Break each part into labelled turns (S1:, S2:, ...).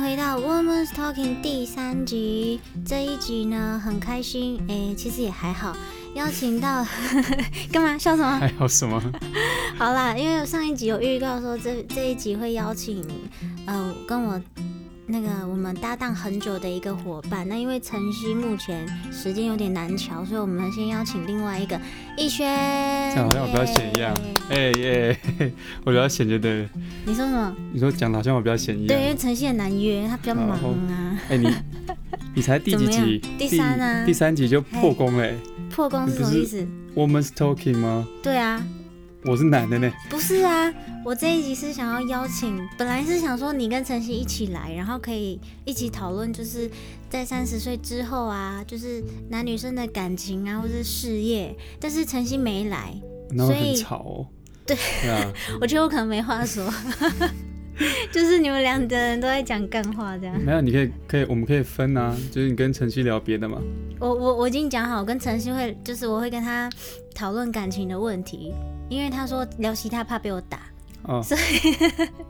S1: 回到 Woman's Talking 第三集，这一集呢很开心，诶、其实也还好，邀请到 干嘛笑什 么？
S2: 还有什么？
S1: 好啦，因为上一集有预告说这这一集会邀请，呃，跟我那个我们搭档很久的一个伙伴。那因为晨曦目前时间有点难瞧，所以我们先邀请另外一个逸轩。
S2: 这样好像我比较闲一样
S1: 耶
S2: 哎 耶，嘿嘿我比较闲就对了。
S1: 你说什么？
S2: 你说讲的好像我比较闲一
S1: 对，因
S2: 样。
S1: 为晨曦很难约，他比较忙啊，
S2: 哎，你你才第几
S1: 怎么
S2: 集
S1: 样？第三啊
S2: 第三集就破功嘞。
S1: 破功是什么意思？
S2: Woman's Talking 吗？
S1: 对啊，
S2: 我是男的呢。
S1: 不是啊，我这一集是想要邀请，本来是想说你跟晨曦一起来，然后可以一起讨论，就是在三十岁之后啊，就是男女生的感情啊，或是事业。但是晨曦没 来，
S2: 然后
S1: 所以
S2: 很吵哦。
S1: 对
S2: 对啊，
S1: 我觉得我可能没话说， 就是你们两个人都在讲干话这样。
S2: 没有，你可以可以，我们可以分啊，就是你跟晨曦聊别的嘛。
S1: 我我我已经讲好，我跟晨曦会，就是我会跟他讨论感情的问题，因为他说聊其他怕被我打，
S2: 哦，
S1: 所
S2: 以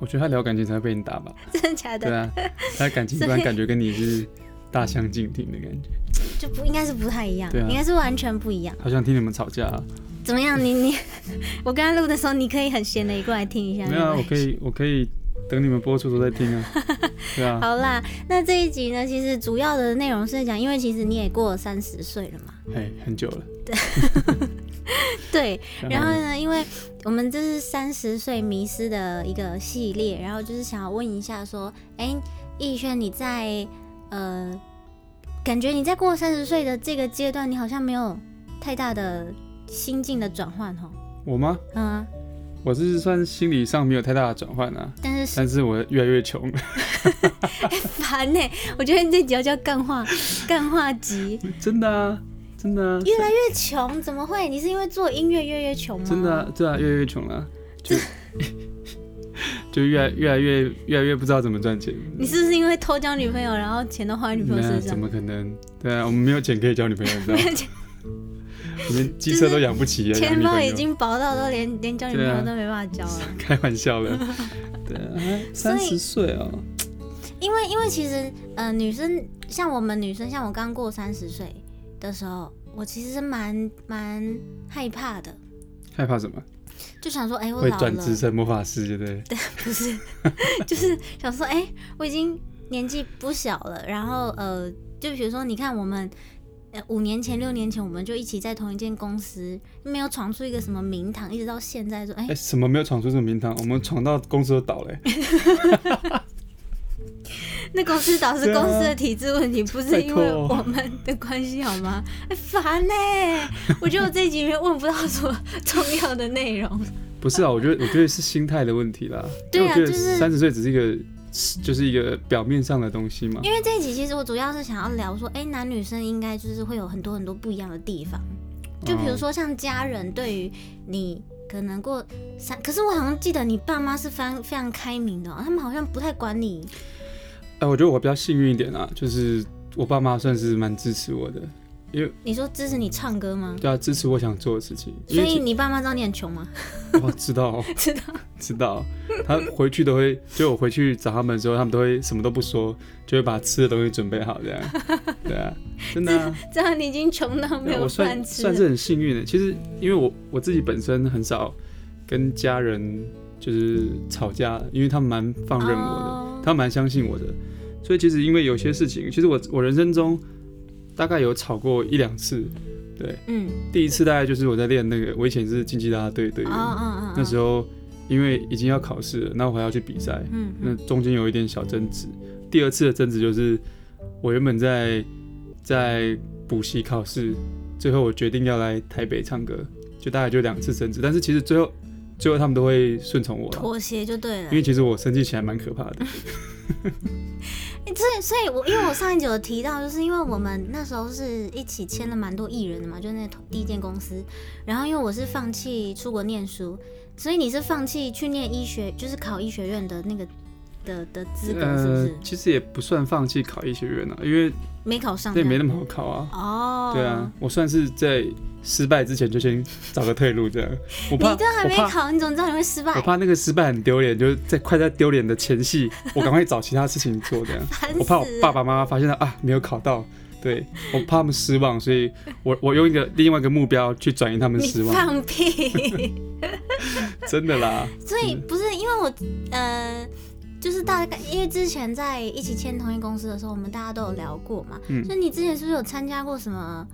S2: 我觉得他聊感情才会被你打吧？
S1: 真的假的
S2: 对？啊，他感情
S1: 所以
S2: 观感觉跟你是大相径庭的 感觉，
S1: 就不应该是不太一样，
S2: 对啊
S1: 应该是完全不一样。
S2: 好想听你们吵架啊。
S1: 怎么样？你你， 我刚刚录的时候，你可以很闲的也过来听一下。
S2: 没有啊，
S1: 对不
S2: 我可
S1: 对
S2: 以，我可以等你们播出的时候再听啊。 对啊，
S1: 好啦，那这一集呢，其实主要的内容是在讲，因为其实你也过了三十岁了嘛，
S2: 哎，很久了。
S1: 对。然后
S2: 呢
S1: 呢，因为我们这是三十岁迷失的一个系列，然后就是想要问一下，说，哎，逸轩，你在呃，感觉你在过三十岁的这个阶段，你好像没有太大的心境的转换哦，
S2: 我吗？
S1: 嗯啊，
S2: 我是算心理上没有太大的转换啊，
S1: 但是
S2: 但是我越来越穷 了，
S1: 烦呢、我觉得这集要叫干话，干话集。
S2: 真的啊，真的啊，
S1: 越来越穷，怎么会？你是因为做音乐越来越穷吗？
S2: 真的啊，对啊，越来越穷了啊， 就就越来越来越越来越不知道怎么赚钱。
S1: 你是不是因为偷交女朋友，然后钱都花在女朋友
S2: 那
S1: 身
S2: 怎
S1: 上？
S2: 么可能？对啊，我们没有钱可以交女朋友，你知 道吗？我们鸡舍都养不起啊，养
S1: 钱
S2: 女
S1: 包
S2: 朋
S1: 已
S2: 友，
S1: 经薄到都连连交女朋
S2: 对
S1: 友
S2: 啊
S1: 都没办法交了。
S2: 开玩笑 的。对啊，三十岁啊，
S1: 因为因为其实呃，女生像我们女生，像我刚过三十岁的时候，我其实是蛮蛮害怕的，
S2: 害怕什么？
S1: 就想说，哎、我
S2: 会
S1: 老
S2: 转
S1: 了，
S2: 职成魔法师，对不对？
S1: 不是，就是想说，哎、我已经年纪不小了，然后呃，就比如说，你看我们。呃，五年前、六年前，我们就一起在同一间公司，没有闯出一个什么名堂，一直到现在说，哎、
S2: 哎、什么没有闯出这个名堂？我们闯到公司都倒了、欸，
S1: 那公司倒是
S2: 对啊
S1: 公司的体制问题，不是
S2: 拜
S1: 因为
S2: 托
S1: 我们的关系好吗？ 哎烦呢、我觉得我这一集里面问不到什么重要的内 容。
S2: 不是啊？我觉得我觉得是心态的问 题啦。
S1: 对啊
S2: 因为我
S1: 就
S2: 觉得
S1: 是
S2: 三十岁只是一个，就是一个表面上的东西嘛。
S1: 因为这一集其实我主要是想要聊说，哎、男女生应该就是会有很多很多不一样的地方。
S2: 嗯
S1: 就比如说像家人对于你可能过三，可是我好像记得你爸妈是非常非常开明的哦、他们好像不太管你。
S2: 嗯，哎、我觉得我比较幸运一点啊，就是我爸妈算是蛮支持我的，因为
S1: 你说支持你唱歌吗？
S2: 对啊，支持我想做的事情。因
S1: 所
S2: 为
S1: 以
S2: 其
S1: 你爸妈知道你很穷吗？
S2: 我知道 哦
S1: 知道。
S2: 知道，他回去都会，就我回去找他们的时候，他们都会什么都不说，就会把吃的东西准备好这样。对啊，真的啊、
S1: 这样你已经穷到没
S2: 对啊
S1: 有
S2: 我
S1: 饭
S2: 算
S1: 吃
S2: 算
S1: 了。
S2: 是很幸运的。其实因为我我自己本身很少跟家人就是吵架，因为他们蛮放任我的，
S1: 哦
S2: 他们蛮相信我的，所以其实因为有些事情，其实我我人生中大概有吵过一两次。对，
S1: 嗯，
S2: 第一次大概就是我在练那个，我以前是竞技啦啦队队员，
S1: 哦嗯嗯，
S2: 那时
S1: 候，
S2: 候因为已经要考试了，那我还要去比赛，
S1: 嗯
S2: 那
S1: 嗯
S2: 中间有一点小争执。第二次的争执就是我原本在在补习考试，最后我决定要来台北唱歌，就大概就两次争执，但是其实最后最后他们都会顺从我啦，
S1: 妥协就对了
S2: 因。为其实我生气起来蛮可怕的。
S1: 诶所以，所以哎我因为我上一集有提到，就是因为我们那时候是一起签了蛮多艺人的嘛，就是那第一间公司。然后因为我是放弃出国念书，所以你是放弃去念医学，就是考医学院的那个的的资格，是不
S2: 呃
S1: 是？，
S2: 其实也不算放弃考医学院啊，因为
S1: 没考上这
S2: 那也
S1: 样，
S2: 没那么好考啊。
S1: 哦，
S2: 对啊，，我算是在失败之前就先找个退路，这样。我怕，
S1: 你都还
S2: 我
S1: 没
S2: 怕，
S1: 考，你怎么知道你会失败
S2: 我？怕那个失败很丢脸，就是在快在丢脸的前戏，我赶快找其他事情做，这样。
S1: 烦
S2: 我怕我
S1: 死
S2: 爸
S1: 了
S2: 爸妈妈发现了啊，没有考到，对我怕他们失望，所以我我用一个另外一个目标去转移他们
S1: 你
S2: 失望，
S1: 放屁！
S2: 真的啦，
S1: 所以
S2: 嗯
S1: 不是因为我呃，就是大概因为之前在一起签同一公司的时候，我们大家都有聊过嘛。
S2: 嗯
S1: 所以你之前是不是有参加过什么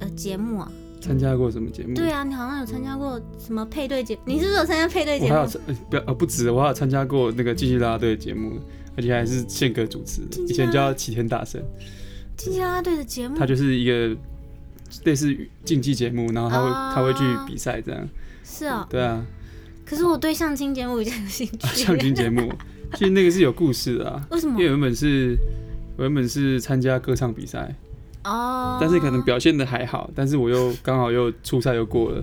S1: 呃节目啊？
S2: 参加过什么节目？
S1: 对啊，你好像有参加过什么配对节？你是不是有参加配对
S2: 我
S1: 节
S2: 还有
S1: 目？
S2: 参呃不要呃不止，我还有参加过那个继续啦啦队的节目，而且还是宪哥主持的，
S1: 真的嗯
S2: 以前叫齐天大圣，
S1: 竞技啦啦队的节目
S2: 他就是一个类似竞技节目，然后他会、
S1: 啊
S2: 他会去比赛这样，
S1: 是哦，
S2: 对啊，
S1: 可是我对相亲节目比较有兴
S2: 啊
S1: 趣。
S2: 相亲节目，其实那个是有故事的啊，
S1: 为什
S2: 因
S1: 么
S2: 为？原本是我原本是参加歌唱比赛。
S1: 哦，
S2: 但是可能表现的还好，但是我又刚好又初赛又过了，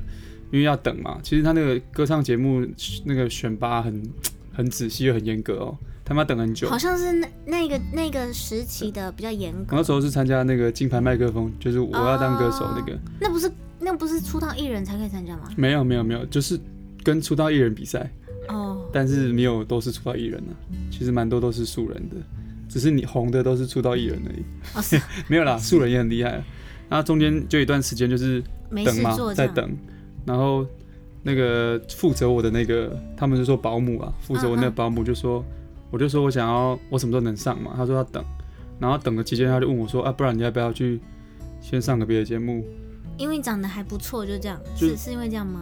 S2: 因为要等嘛。其实他那个歌唱节目那个选拔很很仔细又很严格哦，他们要等很久。
S1: 好像是那那个那个时期的比较严格，
S2: 我那时候是参加那个金牌麦克风，就是我要当歌手
S1: 哦
S2: 那个，
S1: 那不是那不是出道艺人才可以参加吗？
S2: 没有没有没有，就是跟出道艺人比赛，
S1: 哦，
S2: 但是没有都是出道艺人啊，其实蛮多都是素人的，只是你红的都是出道艺人而已，
S1: 哦是
S2: 没有啦，素人也很厉害啊。那中间就有一段时间就是
S1: 没
S2: 等
S1: 事
S2: 嘛，
S1: 做这
S2: 在
S1: 样。
S2: 等。然后那个负责我的那个，他们就说保姆啊，负责我那个
S1: 嗯嗯
S2: 保姆就说，我就说我想要我什么时候能上嘛，他说要等。然后等的期间，他就问我说啊，不然你要不要去先上个别的节目？
S1: 因为长得还不错，就这样，
S2: 就是
S1: 是因为这样吗？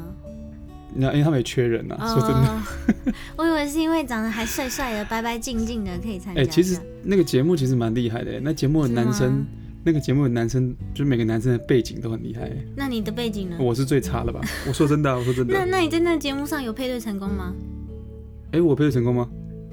S2: 那因为他们也缺人啊，说真的。
S1: 哦， 我以为是因为长得还帅帅的、白白净净的可以参加
S2: 哎、
S1: 这样。
S2: 其实那个节目其实蛮厉害的、那节目的
S1: 是吗
S2: 男生，那个节目的男生，就是每个男生的背景都很厉害、
S1: 那你的背景呢？
S2: 我是最差的吧？我说真的啊、我 说真的。
S1: 那那你在那节目上有配对成功吗？
S2: 哎、我配对成功吗？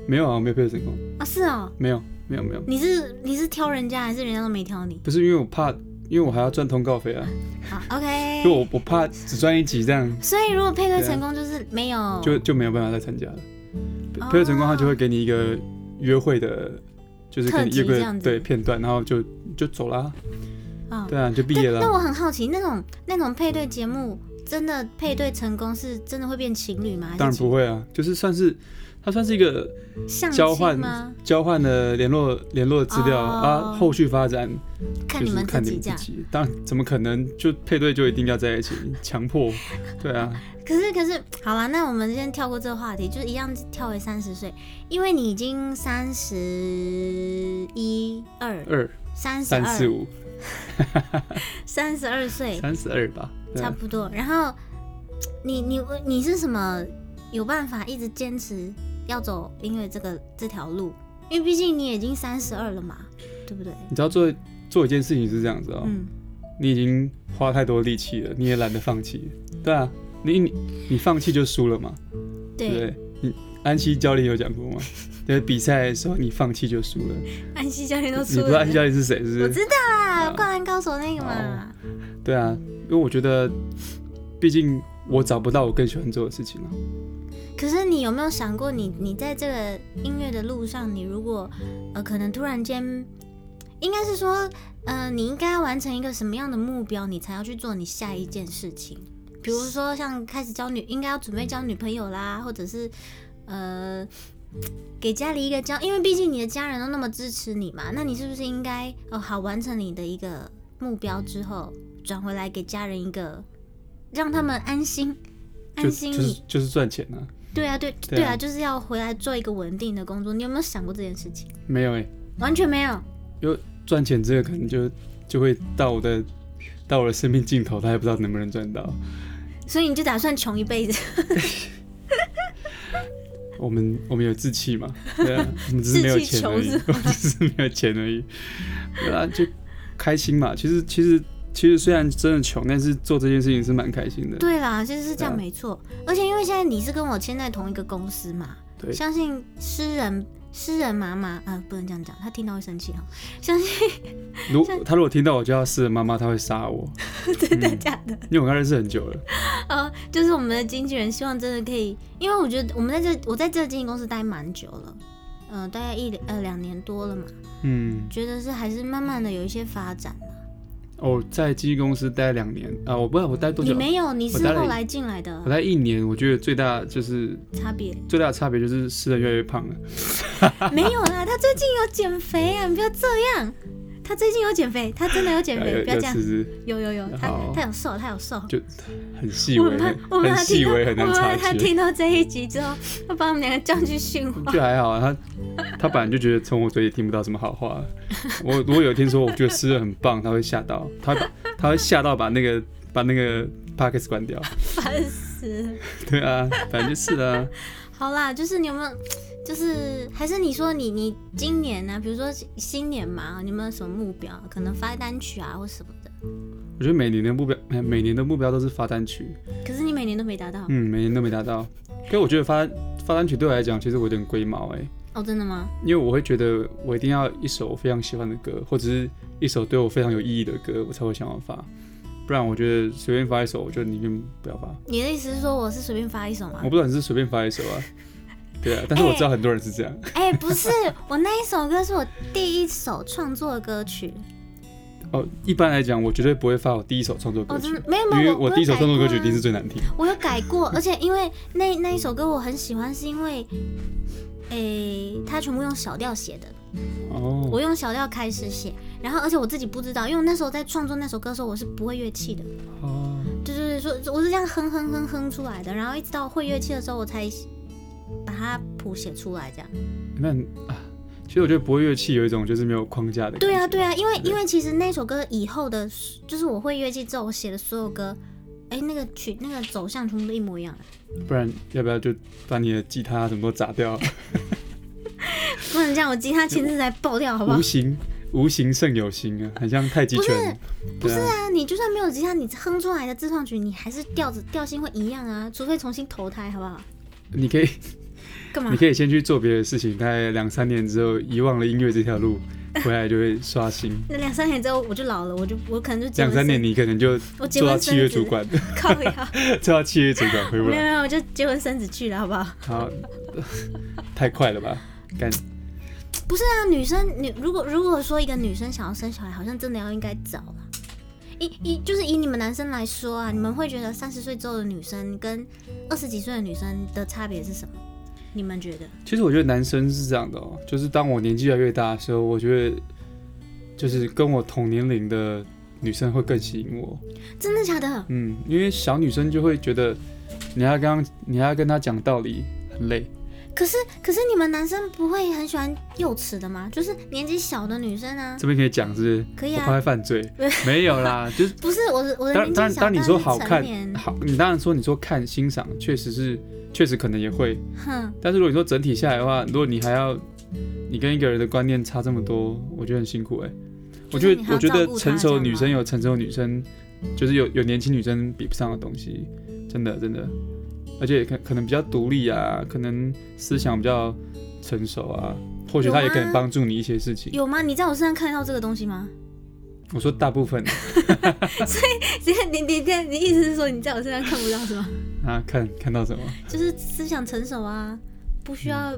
S2: 没有啊，我没有配对成功，
S1: 啊，是哦，
S2: 没有，没有，没有。
S1: 你是你是挑人家，还是人家都没挑你？
S2: 不是因为我怕，因为我还要赚通告费啊，
S1: 好，OK
S2: 就。我我怕只赚一集这样，
S1: 所以如果配对成功，就是没有
S2: 就就没有办法再参加了。配
S1: 哦
S2: 配对成功，他就会给你一个约会的，就是给
S1: 特
S2: 你
S1: 辑
S2: 约会
S1: 这
S2: 的
S1: 样子
S2: 对片段，然后就就走啦，
S1: 哦
S2: 对啊，就毕业
S1: 但那
S2: 了。
S1: 我很好奇，那种那种配对节目，真的配对成功是真的会变情侣吗？还是
S2: 当然不会啊，就是算是它算是一个
S1: 相
S2: 交
S1: 亲
S2: 换
S1: 吗？
S2: 交换的联络联络资料、
S1: 哦
S2: 啊，后续发展
S1: 看
S2: 就
S1: 你
S2: 是
S1: 们自
S2: 看你
S1: 己这
S2: 们自
S1: 样。
S2: 己。当然怎么可能就配对就一定要在一起，强迫，对啊，
S1: 可是可是，好啦，那我们先跳过这个话题，就是一样跳回三十岁，因为你已经三十一二、
S2: 二
S1: 三十
S2: 三四
S1: 二、
S2: 五
S1: 三十二岁
S2: 三十二吧，对
S1: 哎差
S2: 啊
S1: 不多。然后你你你是什么有办法一直坚持要走音乐这个这条路？因为毕竟你已经三十二了嘛，对不对？
S2: 你知道做做一件事情是这样子哦、
S1: 嗯，
S2: 你已经花太多力气了，你也懒得放弃。对啊，你你你放弃就输了嘛，对不
S1: 对。
S2: 对？你安西教练有讲过吗？对，比赛的时候你放弃就输了。
S1: 安西教练都
S2: 你
S1: 出
S2: 不知
S1: 了
S2: 道安西，教练是谁，是
S1: 我
S2: 不
S1: 知
S2: 是？
S1: 道啦，
S2: 啊
S1: 《灌篮高手》那个嘛。
S2: 对啊，因为我觉得，毕竟我找不到我更喜欢做的事情啊了。
S1: 可是你有没有想过你，你在这个音乐的路上，你如果呃，可能突然间，应该是说，呃，你应该要完成一个什么样的目标，你才要去做你下一件事情？比如说，像开始交女，应该要准备交女朋友啦，或者是呃，给家里一个交，因为毕竟你的家人都那么支持你嘛，那你是不是应该呃，好完成你的一个目标之后，转回来给家人一个，让他们安心，
S2: 就
S1: 安心
S2: 就
S1: 你
S2: 是就是赚钱啊，
S1: 对啊，对
S2: 对啊
S1: 对啊，就是要回来做一个稳定的工作。你有没有想过这件事情？
S2: 没有哎、
S1: 完全没有。
S2: 赚钱这个可能就就会到我的到我的生命尽头，他还不知道能不能赚到。
S1: 所以你就打算穷一辈子，
S2: 我们我们有志气嘛？对啊，我们只是没有钱而已
S1: 志气，
S2: 我们只是没有钱而已。对啊，就开心嘛。其实其实其实虽然真的穷，但是做这件事情是蛮开心的。
S1: 对啦，其实是这样
S2: 对啊
S1: 没错。而且因为现在你是跟我签在同一个公司嘛，
S2: 对
S1: 相信诗人诗人妈妈啊、呃不能这样讲，她听到会生气哈。哦 相信
S2: 如他如果听到我叫他私人妈妈，他会杀我，
S1: 真的假的？
S2: 因为我跟他认识很久了。
S1: 呃，就是我们的经纪人希望真的可以，因为我觉得我们在这我在这个经纪公司待蛮久了，呃，大概一呃两年多了嘛，
S2: 嗯，
S1: 觉得是还是慢慢的有一些发展啊
S2: 哦，在基金公司待两年啊，我不知道我待多
S1: 你
S2: 久，
S1: 没有，你
S2: 我
S1: 是
S2: 待了
S1: 后
S2: 一
S1: 来进来的
S2: 我待一年，我觉得最大就是
S1: 差别
S2: 最大的差别就是诗人越来越胖了。
S1: 没有啦。他最近有减肥啊，你不要这样。他最近有减肥，他真的有减 肥，
S2: 有
S1: 不要
S2: 有
S1: 这样
S2: 其。实
S1: 有有有，他
S2: 好
S1: 他有瘦，他有瘦。
S2: 就很细
S1: 我
S2: 微，
S1: 们怕
S2: 很，
S1: 我们
S2: 很
S1: 怕
S2: 细
S1: 听到，
S2: 微，很
S1: 我
S2: 难
S1: 们怕
S2: 察
S1: 他
S2: 觉。
S1: 听到这一集之后，会把我们两个叫去训话。
S2: 就还好啊，他他本来就觉得从我嘴里听不到什么好话。我如果有一天说我觉得诗人很棒，他会吓到，他会把他会吓到把那个把那个 p o c k e t 关掉。
S1: 烦死！
S2: 对啊，反正就是啊，
S1: 好啦，就是你有没有，就是还是你说你你今年呢、比如说新年嘛，你有没有什么目标？可能发单曲啊或什么的。
S2: 我觉得每年的目标，哎每年的目标都是发单曲，
S1: 可是你每年都没达到、
S2: 嗯，每年都没达到。可是我觉得发发单曲对我来讲，其实我有点龟毛哎、
S1: 哦，真的吗？
S2: 因为我会觉得我一定要一首我非常喜欢的歌，或者是一首对我非常有意义的歌，我才会想要发。不然我觉得随便发一首，我就宁愿不要发。
S1: 你的意思是说我是随便发一首吗
S2: 我？不知道你是随便发一首啊，对啊，但是我知道很多人是这样。
S1: 哎、不是，我那一首歌是我第一首创作的歌曲。
S2: 哦，一般来讲，我绝对不会发我第一首创作歌
S1: 哦，真
S2: 曲，
S1: 的没有
S2: 因
S1: 没
S2: 为
S1: 有，
S2: 我
S1: 有
S2: 第一首
S1: 改
S2: 创作歌
S1: 过
S2: 曲一定
S1: 啊
S2: 是最难听。
S1: 我有改过，而且因为那那一首歌我很喜欢，是因为，诶、它全部用小调写的，
S2: 哦，
S1: 我用小调开始写，然后而且我自己不知道，因为我那时候在创作那首歌的时候，我是不会乐器的，
S2: 哦，
S1: 就是说我是这样哼哼哼哼出来的，然后一直到会乐器的时候，我才把它谱写出来这样。
S2: 那你啊，其实我觉得博乐器有一种就是没有框架的感觉。
S1: 对啊，对啊，因为
S2: 对
S1: 因为其实那首歌以后的，就是我会乐器之后，我写的所有歌，哎、那个曲那个走向全部都一模一样。
S2: 不然要不要就把你的吉他什么都砸掉？
S1: 不能这样，我吉他前阵子才爆掉，好不好
S2: 无？形无形胜有形啊，很像太极
S1: 不是
S2: 拳。
S1: 不
S2: 对
S1: 是
S2: 啊，
S1: 啊，你就算没有吉他，你哼出来的自创曲，你还是调子调性会一样啊，除非重新投胎，好不好？
S2: 你可以
S1: 干嘛
S2: 你？可以先去做别的事情，大概两三年之后遗忘了音乐这条路，回来就会刷新。
S1: 那两三年之后我就老了，我就我可能就结
S2: 两
S1: 婚
S2: 三年
S1: 生，
S2: 你可能就
S1: 我结
S2: 做到
S1: 婚
S2: 契约
S1: 生
S2: 主
S1: 子，
S2: 管，
S1: 靠呀，
S2: 做到契约主管回不
S1: 没有
S2: 来。
S1: 没有，我就结婚生子去了，好不好？
S2: 好，太快了吧？感
S1: 不是啊，女生女如果如果说一个女生想要生小孩，好像真的要应该早了。以以就是以你们男生来说啊，你们会觉得三十岁之后的女生跟二十几岁的女生的差别是什么？你们觉得？
S2: 其实我觉得男生是这样的哦，就是当我年纪越来越大的时候，我觉得就是跟我同年龄的女生会更吸引我。
S1: 真的假的？
S2: 嗯，因为小女生就会觉得你还要跟她你还要跟她讲道理，很累。
S1: 可是可是你们男生不会很喜欢幼齿的吗？就是年纪小的女生啊，
S2: 这边可以讲是
S1: 可
S2: 不
S1: 以
S2: 是，我怕
S1: 啊。
S2: 会犯罪。没有啦，就是
S1: 不是我的我的
S2: 当
S1: 年纪小，
S2: 当当你说
S1: 但是
S2: 好
S1: 成
S2: 看
S1: 年
S2: 好，你当然说你说看欣赏，确实是确实可能也会，
S1: 哼，
S2: 但是如果你说整体下来的话，如果你还要你跟一个人的观念差这么多，我觉得很辛苦哎、我
S1: 就是
S2: 觉
S1: 你
S2: 得
S1: 还要
S2: 我觉
S1: 照
S2: 得
S1: 顾她
S2: 成
S1: 这
S2: 熟
S1: 样
S2: 女
S1: 吗
S2: 生有成熟女生，就是有有年轻女生比不上的东西，真的真的，而且可可能比较独立啊，可能思想比较成熟啊，或许
S1: 有
S2: 她也可
S1: 啊
S2: 能帮助你一些事情。
S1: 有吗？你在我身上看得到这个东西吗？
S2: 我说大部分
S1: 你 你你你你意思是说你在我身上看不到是吗？
S2: 啊，看看到什么，
S1: 就是思想成熟啊，不需要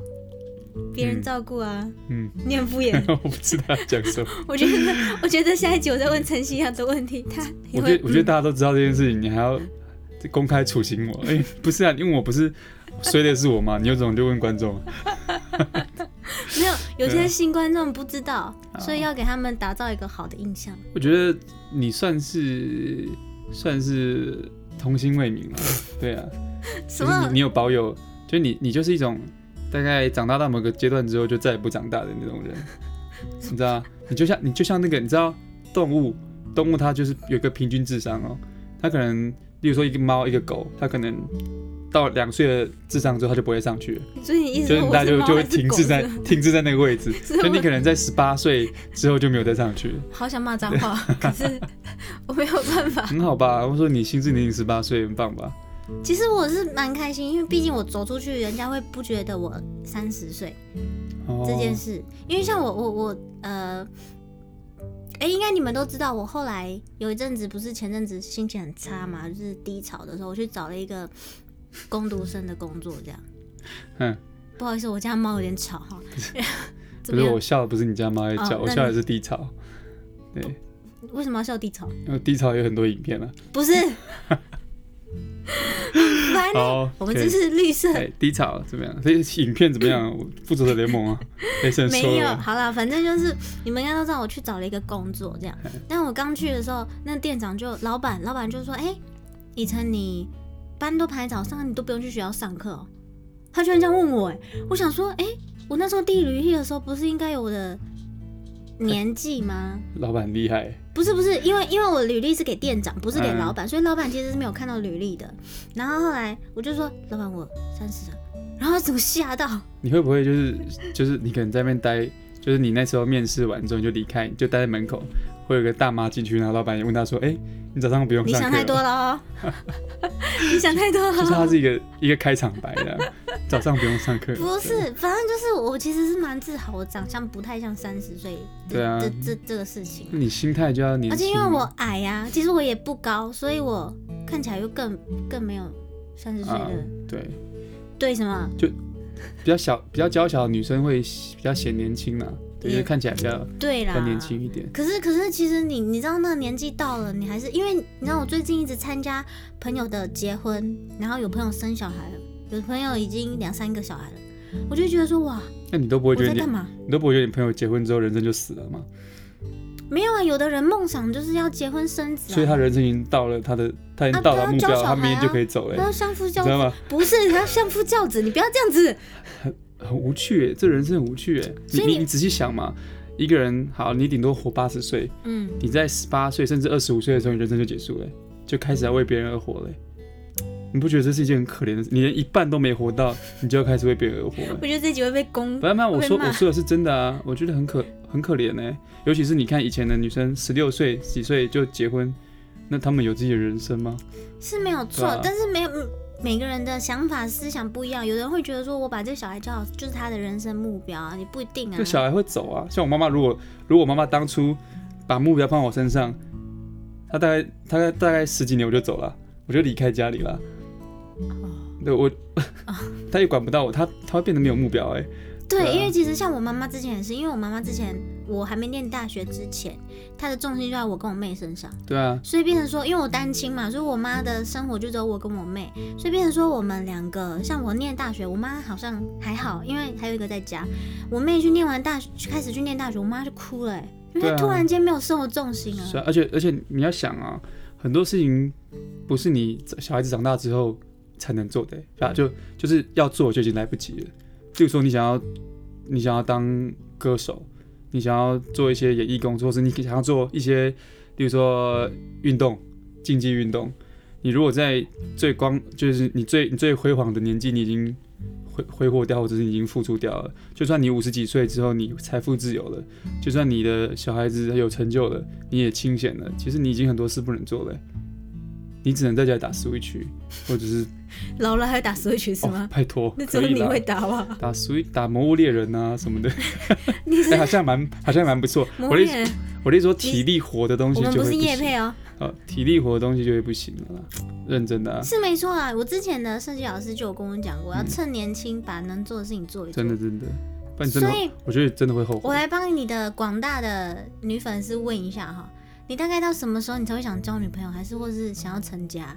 S1: 别人照顾啊，
S2: 嗯，
S1: 你很敷衍。
S2: 我不知道讲什么。
S1: 我觉得我觉得下一集我再问陈曦一样的问题，他也
S2: 我
S1: 会
S2: 觉得我觉得
S1: 嗯
S2: 大家都知道这件事情，你还要公开处刑我？哎、不是啊，因为我不是衰的是我嘛，你有种就问观众。
S1: 嗯没有有
S2: 对
S1: 些
S2: 啊
S1: 新观众不知道，
S2: 好
S1: 所以要给他们打造一个好的印象。
S2: 我觉得你算是算是童心未泯了，对啊，
S1: 什
S2: 就是
S1: 么
S2: 你你？有保有，就你你就是一种大概长大到某个阶段之后就再也不长大的那种人， 你知道？你就像你就像那个你知道动物，动物它就是有一个平均智商哦，它可能例如说一个猫一个狗，它可能到两岁的智商之后它就不会上去了。
S1: 所以你意思
S2: 就
S1: 说
S2: 是
S1: 我
S2: 大家
S1: 是
S2: 就
S1: 猫
S2: 就会
S1: 还是
S2: 停
S1: 狗
S2: 滞
S1: 是
S2: 在
S1: 吗
S2: 停滞在那个位置，
S1: 是
S2: 就你
S1: 我
S2: 可能在十八岁之后就没有再上去了，
S1: 好想骂脏 话，可是我没有办法。
S2: 很好吧？我说你心智年龄十八岁，很棒吧？
S1: 其实我是蛮开心，因为毕竟我走出去，人家会不觉得我三十岁
S2: 哦
S1: 这件事。因为像我，我，我，呃，哎、应该你们都知道，我后来有一阵子不是前阵子心情很差嘛， 就是低潮的时候，我去找了一个工读生的工作，这样。
S2: 嗯，
S1: 不好意思，我家猫有点吵 哈。怎
S2: 可
S1: 么
S2: 是
S1: 样
S2: 我？笑的不是你家妈在叫，
S1: 哦
S2: 我
S1: 那
S2: 笑的
S1: 你
S2: 是低潮。对，
S1: 为什么要笑地吵？
S2: 因为低潮有很多影片啊。
S1: 不是， 烦欸
S2: 好，
S1: 我们
S2: 可以
S1: 这是绿 色，
S2: 哎，低潮怎么样？这影片怎么样？我复仇者联盟 啊，雷神
S1: 没
S2: 说
S1: 有，
S2: 了，
S1: 好啦，反正就是你们应该都知道，我去找了一个工作这样。但我刚去的时候，那店长就老板，老板就说：“哎、以晨，你班都排早上，你都不用去学校上课、哦。”他居然这样问我、哎，我想说，哎、我那时候地履历的时候，不是应该有我的年纪吗？
S2: 老板很厉害，
S1: 不是不是，因为因为我履历是给店长，不是给
S2: 嗯
S1: 老板，所以老板其实是没有看到履历的。然后后来我就说，老板我三十了，然后他整个吓到，
S2: 你会不会就是就是你可能在那边待，就是你那时候面试完之后你就离开，你就待在门口，会有个大妈进去，然后老板也问她说：“哎、你早上不用
S1: 你
S2: 上课
S1: 想
S2: 了？”
S1: 太多了 哦，你想太多
S2: 就是它
S1: 了。
S2: 是一个一个开场白的， 早上不用上课。
S1: 不是，反正就是我其实是蛮自豪，我长相不太像三十岁这
S2: 对啊
S1: 这这这个事情。
S2: 对，你心态就要年
S1: 而且
S2: 轻。
S1: 因为我矮呀、其实我也不高，所以我看起来又更更没有三十岁的、
S2: 啊对
S1: 对什么
S2: 比较小、比较娇小的女生会比较显年轻嘛，对，
S1: 也
S2: 就是看起来比较
S1: 对啊
S2: 比
S1: 啦，
S2: 较年轻一点。
S1: 可是，可是，其实你你知道，那个年纪到了，你还是因为你知道，我最近一直参加朋友的结婚，然后有朋友生小孩了，有朋友已经两三个小孩了，我就觉得说哇，
S2: 那你都不会
S1: 我
S2: 觉得
S1: 在
S2: 你
S1: 干，嘛？
S2: 你都不会觉得你朋友结婚之后人生就死了吗？
S1: 没有啊，有的人梦想就是要结婚生子、啊，
S2: 所以他人生已经到了他的，他已经
S1: 啊
S2: 到
S1: 对啊
S2: 达目
S1: 教
S2: 标，
S1: 小
S2: 他明
S1: 孩
S2: 天就
S1: 啊
S2: 可以走了、
S1: 他要相夫
S2: 你
S1: 教
S2: 知道
S1: 子，
S2: 吗？
S1: 不是他要相夫教子，你不要这样 子。
S2: 很无趣耶，这人生很无趣耶。你
S1: 所以
S2: 你
S1: 你
S2: 你仔细想嘛，一个人好，你顶多活八十岁，
S1: 嗯，
S2: 你在十八岁甚至二十五岁的时候，你人生就结束了耶，就开始要为别人而活了耶。你不觉得这是一件很可怜的事？你连一半都没活到，你就要开始为别人而活了
S1: 我。觉得这集会被攻
S2: 不。然，不然我
S1: 会被
S2: 说
S1: 骂
S2: 我说的是真的啊，我觉得很可很可怜呢、尤其是你看以前的女生，十六岁几岁就结婚，那她们有自己的人生吗？
S1: 是没有错，
S2: 对啊
S1: 但是没有嗯每个人的想法思想不一样，有的人会觉得说我把这个小孩教好就是他的人生目标啊，你不一定啊。
S2: 就小孩会走啊。像我妈妈，如果如果我妈妈当初把目标放我身上，她大概大概大概十几年我就走了，我就离开家里了。
S1: 哦
S2: 对我， 她也管不到我，她她会变得没有目标哎、
S1: 对，
S2: 对啊
S1: 因为其实像我妈妈之前也是，因为我妈妈之前我还没念大学之前，她的重心就在我跟我妹身上，
S2: 对啊，
S1: 所以变成说，因为我单亲嘛，所以我妈的生活就只有我跟我妹，所以变成说我们两个，像我念大学，我妈好像还好，因为还有一个在家，我妹去念完大学，开始去念大学，我妈就哭了、欸，因为
S2: 对啊
S1: 她突然间没有生活重心了。
S2: 是啊，而且而且你要想啊，很多事情不是你小孩子长大之后才能做的、欸，对吧？就就是要做就已经来不及了。例如说，你想要你想要当歌手，你想要做一些演艺工作，或是你想要做一些，例如说运动、竞技运动，你如果在最光就是你最你最辉煌的年纪，你已经挥挥霍掉，或者是你已经付出掉了。就算你五十几岁之后你财富自由了，就算你的小孩子有成就了，你也清闲了，其实你已经很多事不能做了、你只能在家里打 Switch，或 者是
S1: 老了还会打 Switch 是
S2: 哦
S1: 吗？，
S2: 拜托，
S1: 那只
S2: 可
S1: 有
S2: 以
S1: 你
S2: 啦
S1: 会打 吧？
S2: 打 Switch 打魔物猎人啊什么的，
S1: 你
S2: 哎、
S1: 是
S2: 好像蛮好像蛮不错。
S1: 魔
S2: 我的意思
S1: 人，
S2: 我的意思说体力活的东西
S1: 我们
S2: 就
S1: 不
S2: 会
S1: 是
S2: 不
S1: 叶
S2: 行，
S1: 配哦。
S2: 哦，体力活的东西就会不行了啦，认真的、啊。
S1: 是没错啊，我之前的设计老师就有跟我讲过，要趁年轻把能做的事情做一做。
S2: 真的真的，不然真的
S1: 所以，
S2: 我觉得真的会后
S1: 我
S2: 悔。
S1: 来帮你的广大的女粉丝问一下哈，你大概到什么时候你才会想交女朋友，还是或是想要成家？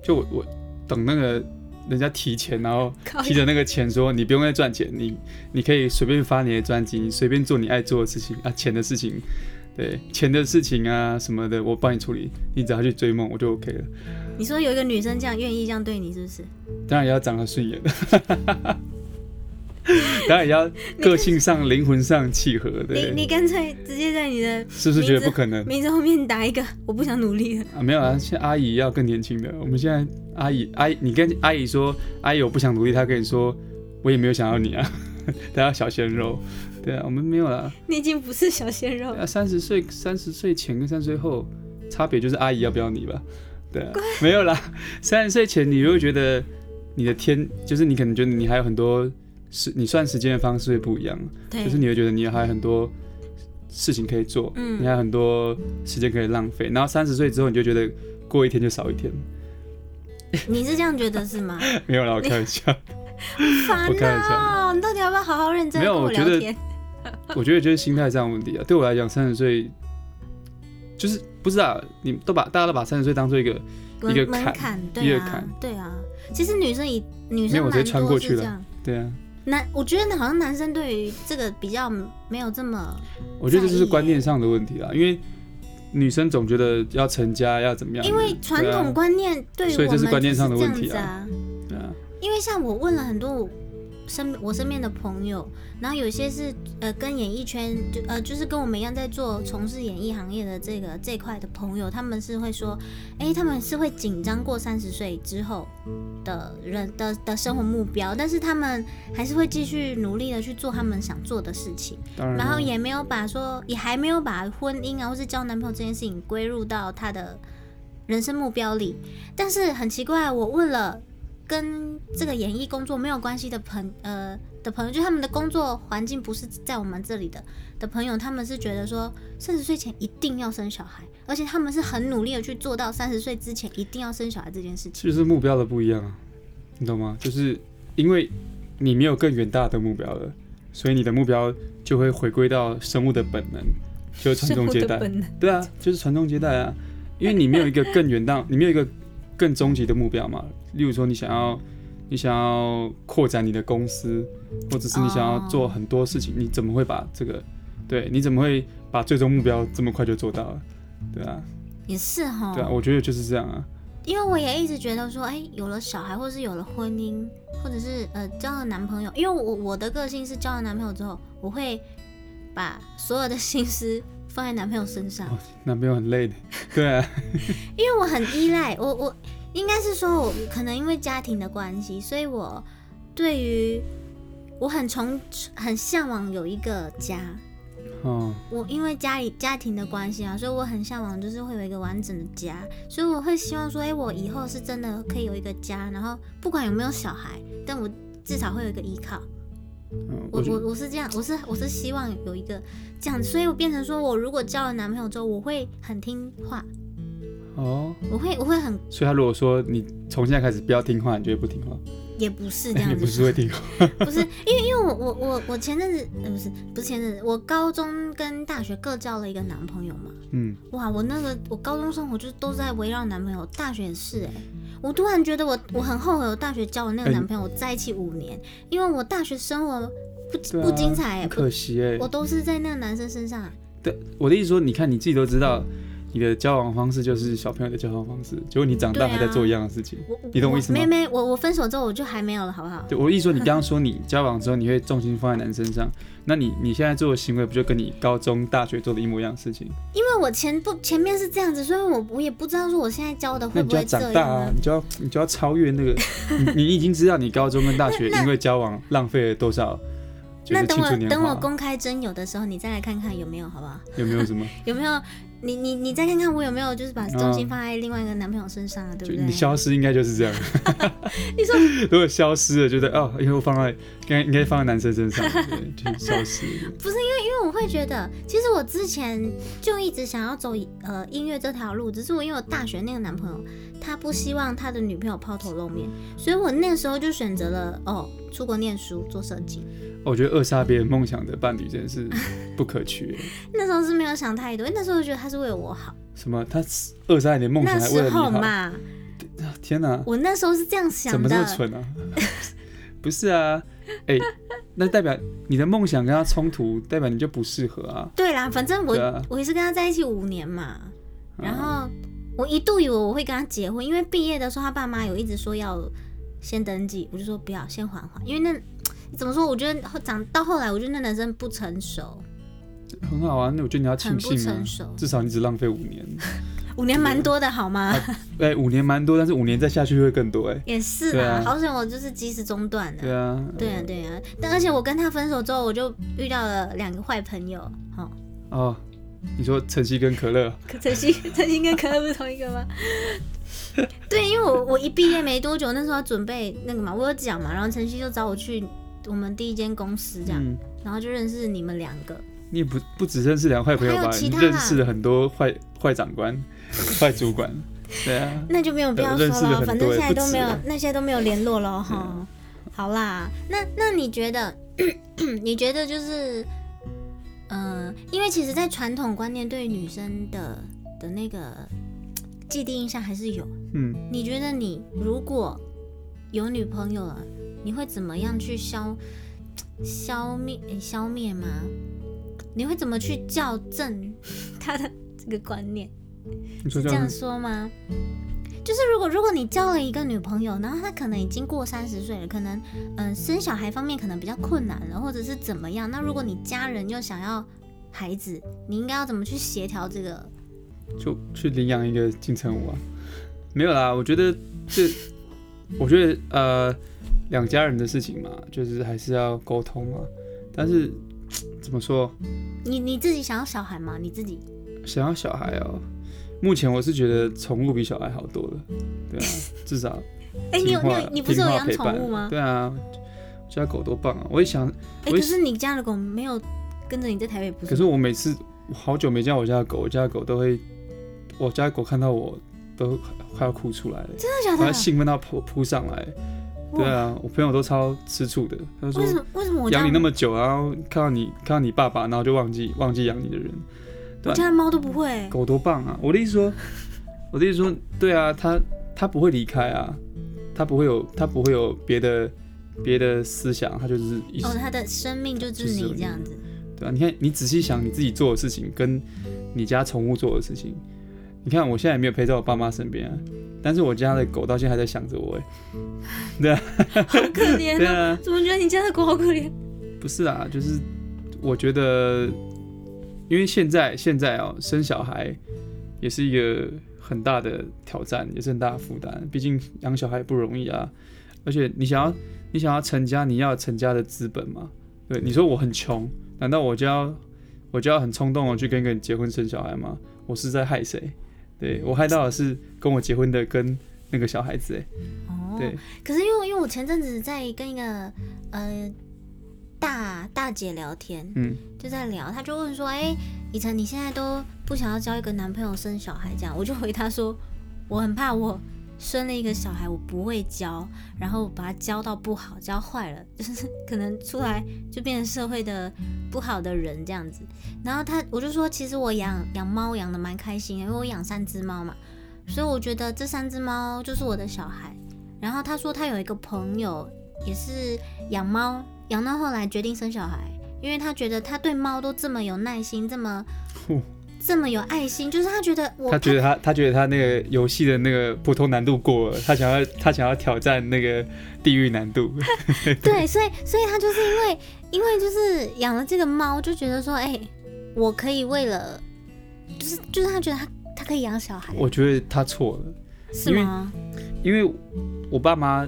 S2: 就我我等那个人家提钱，然后
S1: 靠
S2: 提着那个钱说你不用再赚钱，你你可以随便发你的专辑，你随便做你爱做的事情啊，钱的事情，对钱的事情啊什么的，我帮你处理，你只要去追梦，我就 OK 了。
S1: 你说有一个女生这样愿意这样对你，是不是？
S2: 当然也要长得顺眼， 当然也要个性上、灵魂上契合，
S1: 你
S2: 对，
S1: 你干脆直接在你的
S2: 是不是觉得
S1: 名字
S2: 不可能？
S1: 名字后面打一个我不想努力了。
S2: 啊，没有啊，现在阿姨要更年轻的。我们现在阿姨，阿姨，你跟阿姨说，阿姨我不想努力，她跟你说，我也没有想要你啊， 大家小鲜肉，对啊，我们没有啦。
S1: 你已经不是小鲜 肉了，
S2: 啊，三十岁，三十岁前跟三十岁后差别就是阿姨要不要你吧，对啊，没有啦。三十岁前你就会觉得你的天，就是你可能觉得你还有很多时，你算时间的方式会不一样，
S1: 对
S2: 就是，你会觉得你还有很多事情可以做，
S1: 哎嗯
S2: 你还有很多时间可以浪费。然后三十岁之后，你就觉得过一天就少一天，
S1: 你是这样觉得是吗？
S2: 没有啦，我开玩笑。
S1: 烦
S2: 我开玩笑
S1: 哦！你到底要不要好好认真
S2: 没
S1: 地跟
S2: 有我觉
S1: 聊
S2: 得
S1: 天？
S2: 我觉得就是心态上的问题啊。对我来讲，三十岁就是不知道你们都把大家都把三十岁当做一个
S1: 门
S2: 一个
S1: 门
S2: 坎
S1: 槛，
S2: 一
S1: 对
S2: 个
S1: 啊
S2: 坎，
S1: 对啊。其实女生一女
S2: 没有
S1: 生
S2: 我直
S1: 蛮
S2: 接穿
S1: 多
S2: 过
S1: 是这
S2: 去了
S1: 样，
S2: 对啊，
S1: 男我觉得好像男生对于这个比较没有这么
S2: 我觉得这
S1: 在
S2: 就
S1: 意
S2: 是
S1: 耶
S2: 观念上的问题啦，因为女生总觉得要成家要怎么样的，
S1: 因为传
S2: 对啊
S1: 统观念对于
S2: 所以
S1: 我
S2: 这是
S1: 们
S2: 观念
S1: 只
S2: 上的
S1: 这
S2: 问
S1: 样
S2: 题
S1: 子
S2: 啊
S1: 啊。
S2: 对啊
S1: 因为像我问了很多我身我身边的朋友，然后有些是呃跟演艺圈就呃就是跟我们一样在做从事演艺行业的这个这一块的朋友，他们是会说，哎、他们是会紧张过三十岁之后的人的的生活目标，但是他们还是会继续努力的去做他们想做的事情。
S2: 当然
S1: 然
S2: 啦
S1: 后也没有把说，也还没有把婚姻啊，或是交男朋友这件事情归入到他的人生目标里。但是很奇怪，啊我问了跟这个演艺工作没有关系的朋呃的朋友，就他们的工作环境不是在我们这里的的朋友，他们是觉得说三十岁前一定要生小孩，而且他们是很努力的去做到三十岁之前一定要生小孩这件事情。
S2: 就是目标的不一样啊，你懂吗？就是因为你没有更远大的目标了，所以你的目标就会回归到生物的本能，就是传宗接代。对啊，就是传宗接代啊，因为你没有一个更远大，你没有一个更终极的目标嘛。例如说，你想要你想要扩展你的公司，或者是你想要
S1: 哦
S2: 做很多事情，你怎么会把这个对？你怎么会把最终目标这么快就做到了？对啊，
S1: 也是哈，
S2: 对啊，我觉得就是这样啊。
S1: 因为我也一直觉得说，哎、有了小孩，或是有了婚姻，或者是呃交了男朋友，因为我我的个性是交了男朋友之后，我会把所有的心思放在男朋友身上，
S2: 哦男朋友很 累的，对啊。
S1: 因为我很依赖我我应该是说我可能因为家庭的关系，所以我对于我很从很向往有一个家，
S2: 哦，
S1: 我因为家里家庭的关系啊，所以我很向往，就是会有一个完整的家，所以我会希望说，哎、我以后是真的可以有一个家，然后不管有没有小孩，但我至少会有一个依靠。
S2: 嗯，
S1: 我
S2: 我觉
S1: 我我是这样，我是我是希望有一个这样，所以我变成说我如果交了男朋友之后，我会很听话，
S2: 哦，
S1: 我会我会很
S2: 所以他如果说你从现在开始不要听话，你就会不听话，
S1: 也不是这
S2: 你
S1: 样
S2: 不
S1: 子
S2: 是
S1: 说，
S2: 会听话，
S1: 不是因为因为我我我我前阵子呃不是不是前阵子，我高中跟大学各交了一个男朋友嘛，
S2: 嗯，
S1: 哇，我那个我高中生活就都在围绕男朋友，大学也是哎、我突然觉得我我很后悔，我大学交的那个
S2: 哎
S1: 男朋友，我在一起五年，因为我大学生活不、
S2: 对啊
S1: 不精彩、欸，
S2: 很
S1: 不
S2: 可惜哎、
S1: 我都是在那个男生身上、欸。
S2: 对，我的意思说，你看你自己都知道，你的交往方式就是小朋友的交往方式，结果你长大
S1: 对啊
S2: 还在做一样的事情。
S1: 我我
S2: 你懂我意思吗
S1: 没没，我我分手之后我就还没有了，好不好？
S2: 对我的意思说，你刚刚说你交往之后，你会重心放在男生上，那你你现在做的行为不就跟你高中、大学做的一模一样的事情？
S1: 因为我前不前面是这样子，所以我我也不知道说我现在交的
S2: 那
S1: 会
S2: 你
S1: 不
S2: 就要
S1: 会这
S2: 长大
S1: 样
S2: 啊
S1: 啊，
S2: 你就要你就要超越那个，你你已经知道你高中跟大学因为交往浪费了多少，就
S1: 那
S2: 是
S1: 等
S2: 青
S1: 我
S2: 春 年
S1: 等我
S2: 华，
S1: 公开真有的时候，你再来看看有没有，好不好？
S2: 有没有什么？
S1: 有没有？你你你再看看我有没有，就是把重心放在另外一个男朋友身上啊，对
S2: 嗯就
S1: 不对？
S2: 你消失应该就是 这样。
S1: 你说
S2: 如果消失了，觉得哦，以后放在应该应该放在男生身上，对，就是消失了。
S1: 因为我会觉得，其实我之前就一直想要走呃音乐这条路，只是我因为我大学那个男朋友，他不希望他的女朋友抛头露面，所以我那时候就选择了哦出国念书做设计。
S2: 哦我觉得扼杀别人梦想的伴侣真的是不 可取。
S1: 那时候是没有想太多，因为那时候我觉得他是为我好。
S2: 什么？他扼杀你的梦
S1: 那
S2: 想，还为了
S1: 时
S2: 你
S1: 候
S2: 好？啊
S1: 嘛，
S2: 天哪、
S1: 我那时候是这样想
S2: 怎么这么
S1: 的。
S2: 蠢啊？ 不是啊，哎、那代表你的梦想跟他冲突，代表你就不适合啊。
S1: 对啦，反正我、
S2: 对啊
S1: 我也是跟他在一起五年嘛，然
S2: 嗯
S1: 后我一度以为我会跟他结婚，因为毕业的时候他爸妈有一直说要先登记，我就说不要，先缓缓，因为那怎么说？我觉得后长到后来，我觉得那男生不成熟，
S2: 很好啊，那我觉得你要
S1: 很
S2: 庆
S1: 不
S2: 幸啊
S1: 成，熟，
S2: 至少你只浪费五年。
S1: 五年蛮多的好吗？
S2: 哎、五年蛮多，但是五年再下去会更多 哎、
S1: 也是
S2: 对
S1: 啦，
S2: 啊
S1: 好险我就是及时中断的。
S2: 对啊，
S1: 对啊，对啊，但而且我跟他分手之后，我就遇到了两个坏朋友，哦，
S2: 哦，你说晨曦跟可乐，
S1: 可晨曦，晨曦跟可乐不是同一个吗？对，因为我我一毕业没多久，那时候要准备那个嘛，我有讲嘛，然后晨曦就找我去我们第一间公司这样，
S2: 嗯，
S1: 然后就认识你们两个。
S2: 你也不不只认识两个坏朋友
S1: 还
S2: 吧
S1: 有？其
S2: 你
S1: 他啦
S2: 认识了很多坏坏 长官、坏主管，对啊，
S1: 那就没有必要说
S2: 认识了很
S1: 了，
S2: 多
S1: 反正现在都没有
S2: 不止
S1: 那些都没有联络了哈。好啦，那那你觉得， 你觉得就是，嗯，因为其实，在传统观念对女生的的那个既定印象还是有。
S2: 嗯，
S1: 你觉得你如果有女朋友了，你会怎么样去消消灭诶消灭吗？你会怎么去校正她的这个观念？
S2: 你说
S1: 是
S2: 这
S1: 这
S2: 样
S1: 样
S2: 子，
S1: 说吗？就是如果如果你交了一个女朋友，然后她可能已经过三十岁了，可能嗯、呃生小孩方面可能比较困难了，或者是怎么样？那如果你家人又想要孩子，你应该要怎么去协调这个？
S2: 就去领养一个金城武啊？没有啦，我觉得这， 我觉得呃，两家人的事情嘛，就是还是要沟通啊。但是怎么说，
S1: 你你自己想要小孩吗？你自己
S2: 想要小孩哦，目前我是觉得宠物比小孩好多了， 对啊，至少
S1: 哎、你有你
S2: 听话
S1: 有你不是有
S2: 听话
S1: 养
S2: 陪
S1: 宠
S2: 伴
S1: 物吗？
S2: 对啊，我家狗多棒啊！我也想，
S1: 哎、
S2: 我
S1: 可
S2: 也
S1: 是你家的狗没有跟着你在台北，不
S2: 可
S1: 是
S2: 是
S1: 吗？
S2: 我每次我好久没见我家的狗，我家的狗都会，我家的狗看到我都快要哭出来了，
S1: 真的假
S2: 它
S1: 的？
S2: 兴奋到扑扑上来。对啊，我朋友都超吃醋的，他说
S1: 为什么为什么我家
S2: 养你那么久，然后看到你看到你爸爸，然后就忘记忘记养你的人，
S1: 我家的猫都不会？
S2: 狗多棒啊！我的意思说，我的意思说，对啊，它它不会离开啊，它不会有它不会有别的别的思想，它就是一直
S1: 哦，它的生命就只
S2: 就是是
S1: 你
S2: 有
S1: 这
S2: 你
S1: 样子。
S2: 对啊，你看，你仔细想你自己做的事情，跟你家宠物做的事情。你看，我现在也没有陪在我爸妈身边啊，但是我家的狗到现在还在想着我哎。
S1: 好可怜
S2: 对
S1: 哦！
S2: 啊，
S1: 怎么觉得你家的狗好可怜？
S2: 不是啊，就是我觉得，因为现在现在哦，生小孩也是一个很大的挑战，也是很大的负担。毕竟养小孩不容易啊，而且你想要你想要成家，你要有成家的资本嘛。对，你说我很穷，难道我就要我就要很冲动的去跟一个人结婚生小孩吗？我是在害谁？对我害到的是跟我结婚的跟那个小孩子哎、
S1: 哦，
S2: 对，
S1: 可是因为因为我前阵子在跟一个呃大大姐聊天，
S2: 嗯，
S1: 就在聊，她就问说：“哎、以晨，你现在都不想要交一个男朋友生小孩这样？”我就回她说：“我很怕我生了一个小孩，我不会教，然后把他教到不好，教坏了，就是可能出来就变成社会的不好的人这样子。”然后她我就说：“其实我养养猫养的蛮开心的，因为我养三只猫嘛，所以我觉得这三只猫就是我的小孩。”然后她说她有一个朋友也是养猫，养到后来决定生小孩，因为她觉得她对猫都这么有耐心，这么
S2: 哦
S1: 这么有爱心，就是她觉得我
S2: 他觉得他他觉得他那个游戏的那个普通难度过了，他想要他想要挑战那个地狱难 度。
S1: 对，所以所以他就是因为因为就是养了这个猫，就觉得说，哎、我可以为了，就是就是他觉得他他可以养小孩，
S2: 我觉得他错了，
S1: 是吗？
S2: 因为我爸妈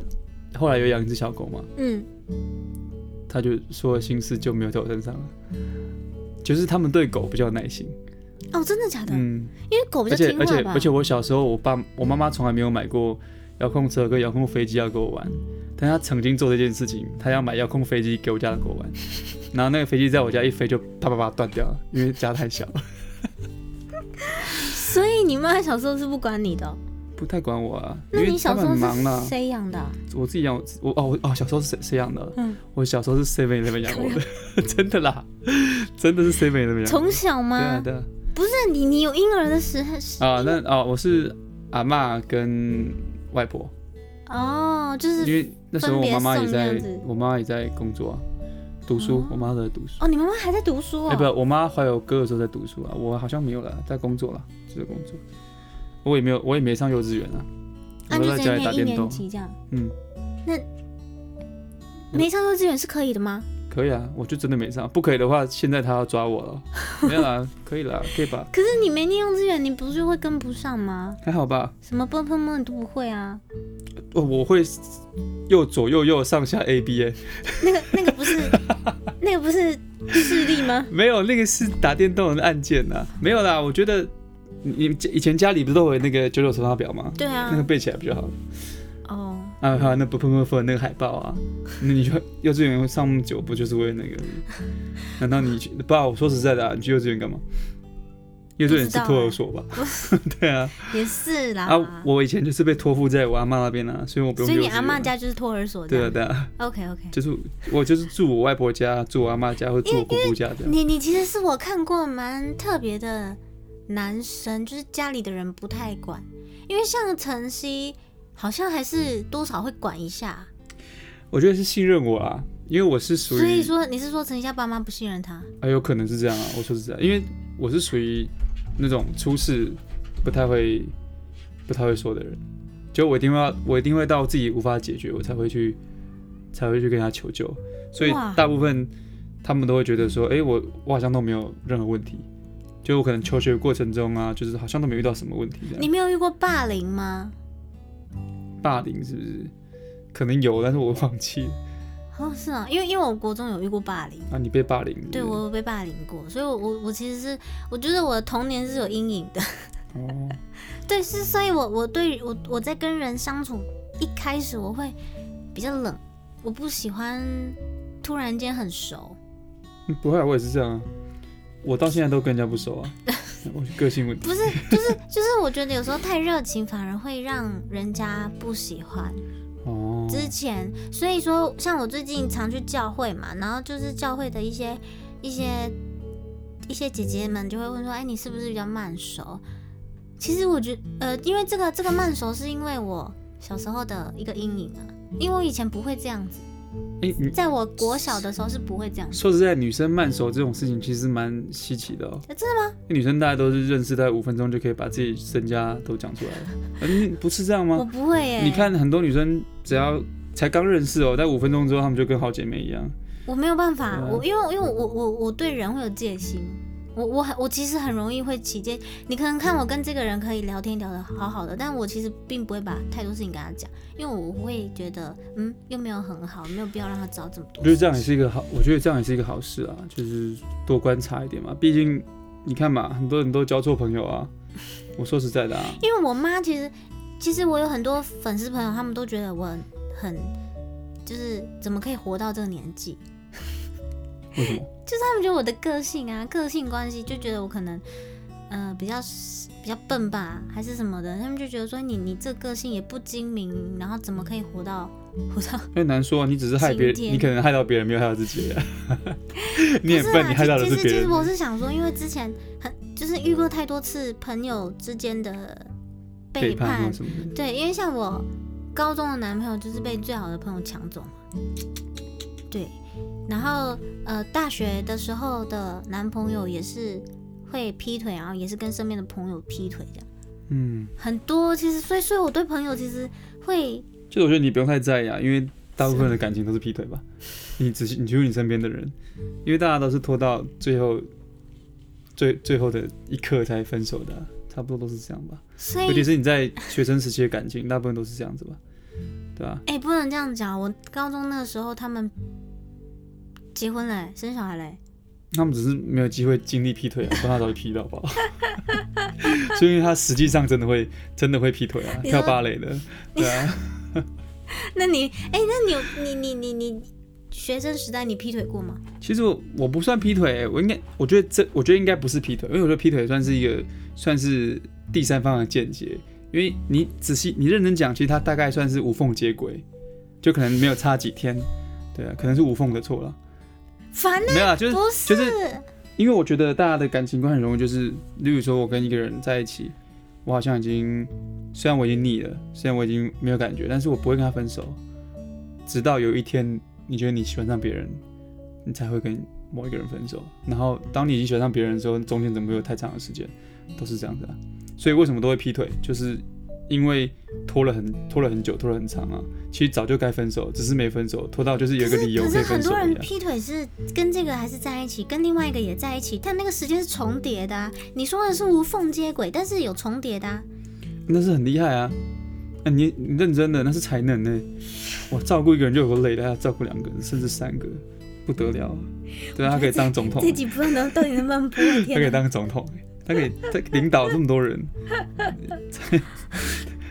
S2: 后来有养一只小狗嘛，
S1: 嗯，
S2: 他就说心思就没有在我身上了，就是他们对狗比较有耐心。
S1: 哦，真的假的？
S2: 嗯，
S1: 因为狗比
S2: 而
S1: 较
S2: 且
S1: 听
S2: 而
S1: 话
S2: 且
S1: 吧？
S2: 而且我小时候，我爸我妈妈从来没有买过遥控车跟遥控飞机要给我玩，但她曾经做这件事情，她要买遥控飞机给我家的狗玩，然后那个飞机在我家一飞就啪啪啪断掉了，因为家太小。
S1: 所以你妈小时候是不管你的哦、
S2: 不太管我啊，因
S1: 那
S2: 为
S1: 你
S2: 他
S1: 小时
S2: 们
S1: 候
S2: 很忙啦
S1: 是。谁养的啊、
S2: 我自己养我自我哦我哦小时候是谁谁养的？
S1: 嗯，
S2: 我小时候是 Seven Eleven 养我的， 真的啦，真的是 Seven Eleven 养我的。
S1: 从小
S2: 对
S1: 吗？
S2: 啊对啊
S1: 不是你，你有婴儿的时候是
S2: 啊那哦我是阿嬷跟外婆，
S1: 哦，就
S2: 啊
S1: 是
S2: 因为那时候我妈妈也
S1: 分
S2: 在
S1: 别送这样子，
S2: 我妈也在工作啊，读书
S1: 哦，
S2: 我妈都在读书。
S1: 哦，你妈妈还在读书哦。
S2: 哎不，我妈怀我哥的时候在读书啊，我好像没有了，在工作了，就在工作。我也没有，我也没上幼稚园啊，
S1: 啊，
S2: 我
S1: 你
S2: 都
S1: 就在
S2: 在家里打
S1: 念一
S2: 电
S1: 年
S2: 动。
S1: 级这样。
S2: 嗯，
S1: 没上幼稚园是可以的吗？
S2: 可以啊，我就真的没上，不可以的话，现在他要抓我了。没有啦，可以啦，可以吧？
S1: 可是你没念幼稚园，你不是会跟不上吗？
S2: 还好吧？
S1: 什么蹦蹦蹦你都不会啊？
S2: 我我会右左右右上下 A B A，
S1: 那个那个不 是那个不是视力吗？
S2: 没有那个是打电动的按键呐，没有啦。我觉得你你以前家里不是都有那个九九乘法表吗？
S1: 对啊
S2: 那，个背起来不就好了？
S1: 哦，
S2: 啊，还有那不喷喷喷那个海报啊，那你就幼稚园会上久不就是为了那个？难道你去不、啊？我说实在的、啊，你去幼稚园干嘛？因为这人是
S1: 不知道
S2: 托
S1: 欸
S2: 儿所吧？ 对啊，
S1: 也是啦。
S2: 啊，我以前就是被托付在我阿妈那边啊，所以我不用
S1: 所以
S2: 幼
S1: 你
S2: 稚园
S1: 阿嬷
S2: 啊
S1: 家就是托儿所这
S2: 对
S1: 样。
S2: 啊对啊，
S1: OK OK，
S2: 就是我就是住我外婆家，住我阿妈家，或住我姑姑家这样。
S1: 你你其实是我看过蛮特别的男生，就是家里的人不太管，因为像晨曦好像还是多少会管一下。
S2: 我觉得是信任我啊，因为我是属
S1: 所以
S2: 于，
S1: 说你是说晨曦他爸妈不信任他？
S2: 啊，有可能是这样啊。我说实在，因为我是属于那种出事不太会、不太会说的人，就我一定会要，我一定会到自己无法解决，我才会去，才会去跟他求救。所以
S1: 哇
S2: 大部分他们都会觉得说，哎、我我好像都没有任何问题，就我可能求学过程中啊，就是好像都没遇到什么问题这样。
S1: 你没有遇过霸凌吗？
S2: 霸凌是不是？可能有，但是我忘记了。
S1: 哦，是啊，因为因为我国中有遇过霸凌，
S2: 啊，你被霸凌是不是
S1: 对我有被霸凌过，所以我我我其实是我觉得我的童年是有阴影的。
S2: 哦，
S1: 对，是，所以我我对我我在跟人相处一开始我会比较冷，我不喜欢突然间很熟。
S2: 嗯不会、啊，我也是这样啊。我到现在都跟人家不熟 啊，我个性问题。
S1: 不是，就是就是，我觉得有时候太热情反而会让人家不喜欢。
S2: 哦，
S1: 之前，所以说像我最近常去教会嘛，然后就是教会的一些一些一些姐姐们就会问说，哎，你是不是比较慢熟？其实我觉呃，因为这个这个慢熟是因为我小时候的一个阴影啊，因为我以前不会这样子，
S2: 哎、你
S1: 在我国小的时候是不会这样子。
S2: 说实在，女生慢熟这种事情其实蛮稀奇的哦。
S1: 呃真的吗？
S2: 因为女生大家都是认识大概五分钟就可以把自己身家都讲出来 了，呃你不是这样
S1: 我
S2: 吗？
S1: 不会耶、
S2: 你，看很多女生只要才刚认识哦，在五分钟之后她们就跟好姐妹一样。
S1: 我没有办法，
S2: 对啊
S1: 我因为因为我我我对人会有戒心，我我很我其实很容易会起戒。你可能看我跟这个人可以聊天聊得好好的，但我其实并不会把太多事情跟他讲，因为我会觉得嗯又没有很好，没有必要让他知道这么
S2: 我
S1: 多
S2: 觉。得这样也是一个好，我觉得这样也是一个好事啊，就是多观察一点嘛。毕竟你看嘛，很多人都交错朋友啊。我说实在的啊，
S1: 因为我妈其实其实我有很多粉丝朋友，他们都觉得我很很就是怎么可以活到这个年纪，
S2: 为什么？
S1: 他们觉得我的个性啊，个性关系就觉得我可能，呃，比较比较笨吧，还是什么的，他们就觉得说你你这个性也不精明，然后怎么可以活到 活到？
S2: 因为难说啊，你只是害别人，
S1: 今天
S2: 你可能害到别人，没有害到自己、啊。 你很
S1: 不
S2: 笨，
S1: 啦
S2: 你害到的
S1: 其
S2: 是
S1: 其实
S2: 别
S1: 其实
S2: 人。
S1: 我是想说，因为之前很就是遇过太多次朋友之间的背
S2: 背
S1: 叛，
S2: 叛或什么的，
S1: 对，因为像我高中的男朋友就是被最好的朋友抢走嘛，对，然后呃大学的时候的男朋友也是会劈腿，然后也是跟身边的朋友劈腿这样，
S2: 嗯，
S1: 很多其实所以所以我对朋友其实会
S2: 就是我觉得你不用太在意啊，因为大部分的感情都是劈腿吧。你仔细，你去问你身边的人，因为大家都是拖到最后，最最后的一刻才分手的啊、差不多都是这样吧。
S1: 所
S2: 尤其
S1: 以。
S2: 是你在学生时期的感情，大部分都是这样子吧，对啊吧、
S1: 哎、不能这样讲。我高中那时候，他们结婚嘞、生小孩嘞、
S2: 他们只是没有机会经历劈腿啊，不然他早就劈到 爆。所以因为他实际上真的会真的会劈腿啊，
S1: 你
S2: 跳
S1: 说
S2: 芭蕾的，对啊，
S1: 那你，哎、那你，你，你，你，你学生时代你劈腿过吗？
S2: 其实我我不算劈腿欸、我应该我觉得这我觉得应该不是劈腿，因为我觉得劈腿算是一个算是第三方的间接，因为你仔细你认真讲，其实他大概算是无缝接轨，就可能没有差几天，对啊，可能是无缝的错了，
S1: 烦啊，
S2: 没有啊，就是
S1: 不，
S2: 就是是因为我觉得大家的感情观很容易就是，例如说我跟一个人在一起，我好像已经虽然我已经腻了，虽然我已经没有感觉，但是我不会跟他分手，直到有一天你觉得你喜欢上别人，你才会跟某一个人分手。然后当你已经喜欢上别人的时候，中间怎么会有太长的时间，都是这样子啊。所以为什么都会劈腿，就是因为拖了很拖了很久，拖了很长啊。其实早就该分手，只是没分手，拖到就是有一个理由
S1: 可
S2: 可
S1: 是
S2: 以
S1: 很
S2: 分手
S1: 多
S2: 一
S1: 人
S2: 样。
S1: 劈腿是跟这个还是在一起，跟另外一个也在一起，但那个时间是重叠的、啊。你说的是无缝接轨，但是有重叠的、啊。
S2: 那是很厉害啊！那你你认真的，那是才能呢、我照顾一个人就有够累的，还要照顾两个人，甚至三个，不得了啊！对啊，他可以当总统
S1: 这，集不知道能到底能不能播？
S2: 他可以
S1: 天哪！
S2: 当总统，欸他可以他领导这么多人，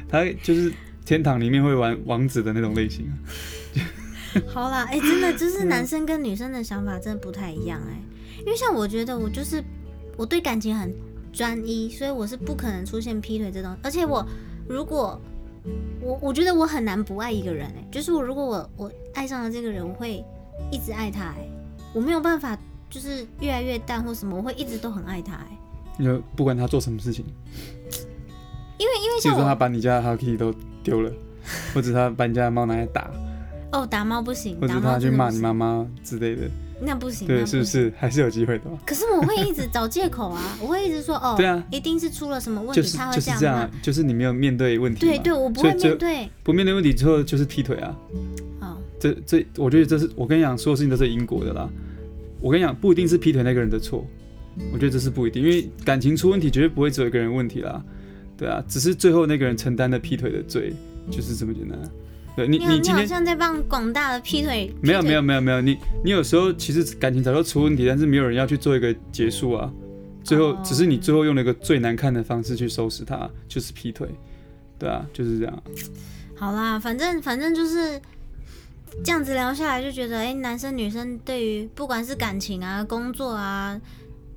S2: 他就是天堂里面会玩王子的那种类型啊。
S1: 好啦，哎、真 的
S2: 嗯
S1: 就是男生跟女生的想法真的不太一样哎、因为像我觉得我就是我对感情很专一，所以我是不可能出现劈腿这种。而且我如果我我觉得我很难不爱一个人哎、就是我如果我我爱上了这个人，我会一直爱他哎、我没有办法就是越来越淡或什么，我会一直都很爱他哎、
S2: 你就不管他做什么事情，
S1: 因为因为
S2: 比如
S1: 像
S2: 说他
S1: 我
S2: 把你家的 Hello Kitty 都丢了，或者他把你家的猫拿来打，
S1: 哦打猫不行，
S2: 或
S1: 打
S2: 者他
S1: 猫
S2: 去
S1: 真的
S2: 骂
S1: 不
S2: 你
S1: 行
S2: 妈妈之类的，
S1: 那不行，那
S2: 对，
S1: 不
S2: 是不
S1: 行。
S2: 是还是有机会的嘛？
S1: 可是我会一直找借口 啊，我会一直说哦，
S2: 对啊
S1: 一定是出了什么问
S2: 就
S1: 题，
S2: 是
S1: 他会
S2: 就是
S1: 样
S2: 这样
S1: 骂
S2: 啊。，就是你没有面对问题嘛，
S1: 对对，我不
S2: 所以
S1: 会
S2: 就
S1: 面对。
S2: 不面对问题之后就是劈腿啊。
S1: 哦，
S2: 这这，我觉得这是我跟你讲，所有事情都是因果的啦。我跟你讲，不一定是劈腿那个人的错，我觉得这是不一定，因为感情出问题绝对不会只有一个人问题啦，对啊，只是最后那个人承担了劈腿的罪，就是这么简单啊。对你，
S1: 你好，
S2: 你
S1: 你
S2: 今
S1: 好
S2: 天
S1: 像在帮广大的劈腿，
S2: 没有
S1: 劈腿
S2: 没有没有没有，你你有时候其实感情早就出问题，但是没有人要去做一个结束啊，最后
S1: 哦
S2: 只是你最后用了一个最难看的方式去收拾它，就是劈腿，对啊，就是这样。
S1: 好啦，反正反正就是这样子聊下来，就觉得哎、诶男生女生对于不管是感情啊、工作啊，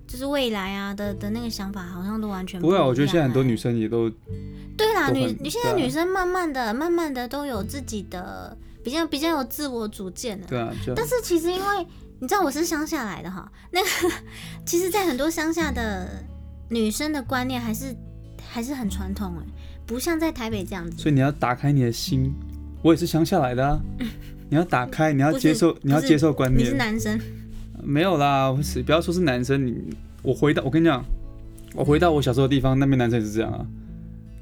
S1: 就是未来啊的的那个想法，好像都完全
S2: 不
S1: 一
S2: 会
S1: 样、
S2: 啊，我觉得现在很多
S1: 诶
S2: 女生也都
S1: 对啦，
S2: 都
S1: 女
S2: 很
S1: 你现在
S2: 对啊
S1: 女生慢慢的、慢慢的都有自己的比较比较有自我主见了。
S2: 对啊，就
S1: 但是其实因为你知道我是乡下来的哈，那个 其实，在很多乡下的女生的观念还是还是很传统哎，不像在台北这样子。
S2: 所以你要打开你的心，我也是乡下来 的啊。你要打开，你要
S1: 不是
S2: 接受，你要
S1: 不是
S2: 接受观
S1: 你是
S2: 念。
S1: 男生，
S2: 没有啦，我是不要说是男生，你我回到我跟你讲，我回到我小时候的地方，那边男生也是这样啊，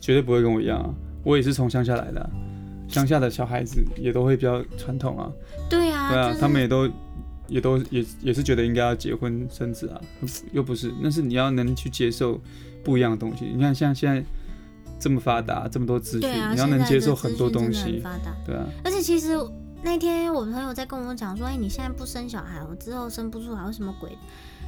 S2: 绝对不会跟我一样啊。我也是从乡下来的啊、乡下的小孩子也都会比较传统啊，
S1: 对啊，
S2: 对啊，
S1: 就是、
S2: 他们也都也都也也是觉得应该要结婚生子啊，又不是，那是你要能去接受不一样的东西。你看像现在这么发达，这么多资讯，
S1: 对啊，
S2: 你要
S1: 现
S2: 能
S1: 在
S2: 接
S1: 的
S2: 受
S1: 资
S2: 很
S1: 讯
S2: 多
S1: 真
S2: 东
S1: 的很
S2: 西，
S1: 发达。
S2: 对啊，
S1: 而且其实那天我朋友在跟我讲说，哎、你现在不生小孩，我之后生不出来，为什么鬼的？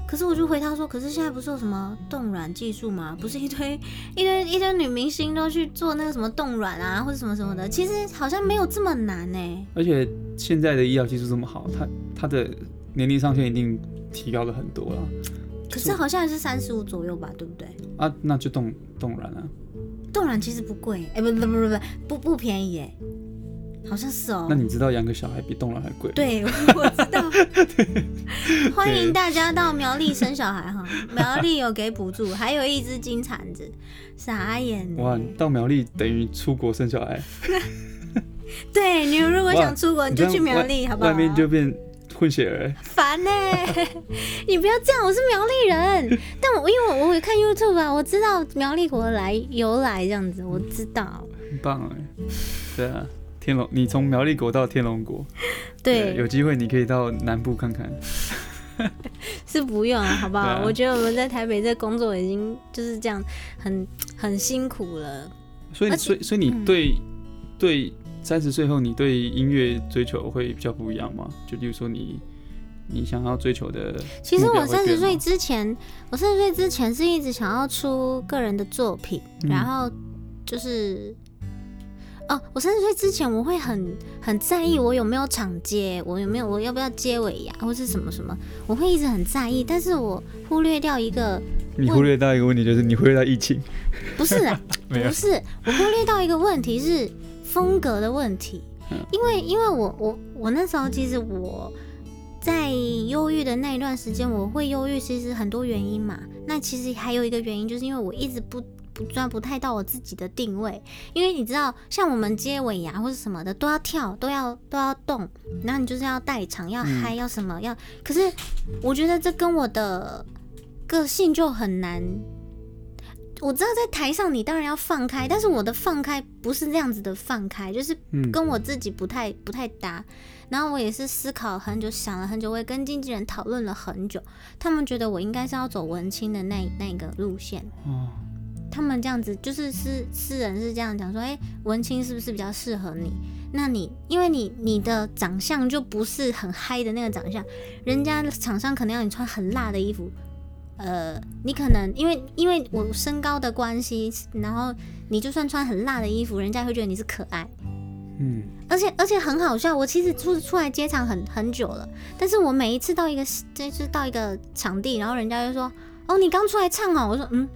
S1: 可是我就回他说，可是现在不是有什么冻卵技术吗？不是一堆一堆一堆女明星都去做那个什么冻卵啊，或者什么什么的，其实好像没有这么难呢、
S2: 而且现在的医疗技术这么好，它它的年龄上限一定提高了很多了
S1: 可是好像还是三十五左右吧，对不对？
S2: 啊，那就动动然啊，
S1: 冻卵其实不贵、哎、不不不不不不不便宜哎、好像是哦、
S2: 那你知道养个小孩比动然还贵？，
S1: 对，我我知 道。欢迎大家到苗栗生小孩哈，苗栗有给补助，还有一只金铲子，傻眼欸。
S2: 哇，到苗栗等于出国生小孩，
S1: 对你如果
S2: 哇
S1: 想出国，哦你就
S2: 这样
S1: 去苗
S2: 外
S1: 栗好不好？
S2: 外面就变混血儿、
S1: 烦呢、 你不要这样，我是苗栗人，但我因为我我有看 YouTube 啊，我知道苗栗国来由来这样子，我知道。
S2: 很棒哎、对啊，天龙，你从苗栗国到天龙国，
S1: 对，
S2: 有机会你可以到南部看看。
S1: 是不用了，好不好？
S2: 对啊
S1: 我觉得我们在台北这工作已经就是这样，很很辛苦了。
S2: 所以，
S1: 而且
S2: 所以，所以你
S1: 嗯
S2: 对、对三十岁后，你对音乐追求会比较不一样吗？就例如说你，你想要追求的，
S1: 其实
S2: 目标
S1: 我
S2: 会
S1: 三十
S2: 变
S1: 岁
S2: 吗
S1: 之前，我三十岁之前是一直想要出个人的作品，
S2: 嗯
S1: 然后就是，哦，我三十岁之前我会很很在
S2: 嗯
S1: 意我有没有场接，我有没有我要不要接尾牙或是什么什么，我会一直很在意，但是我忽略掉一个，
S2: 你忽略到一个问题，就是你忽略到疫情，
S1: 不是啊，
S2: 没有
S1: 不是，我忽略到一个问题是风格的问题
S2: 嗯，
S1: 因为因为我我我那时候其实我在忧郁的那一段时间，我会忧郁，其实很多原因嘛。那其实还有一个原因，就是因为我一直不不抓不太到我自己的定位，因为你知道，像我们接尾牙或者什么的，都要跳，都要都要动，然后你就是要带场，要
S2: 嗯
S1: 嗨，要什么要。可是我觉得这跟我的个性就很难。我知道在台上你当然要放开，但是我的放开不是这样子的放开，就是
S2: 嗯，
S1: 跟我自己不太不太搭。然后我也是思考很久，想了很久，我也跟经纪人讨论了很久，他们觉得我应该是要走文青的那那个路线。
S2: 哦，
S1: 他们这样子就是诗诗人是这样讲说，哎、文青是不是比较适合你？那你因为你你的长相就不是很嗨的那个长相，人家厂商可能要你穿很辣的衣服，呃，你可能因为因为我身高的关系，然后你就算穿很辣的衣服，人家会觉得你是可爱。
S2: 嗯，
S1: 而且而且很好笑，我其实出出来接场很很久了，但是我每一次到一个就是到一个场地，然后人家就说：“哦，你刚出来唱哦。”我说：“嗯，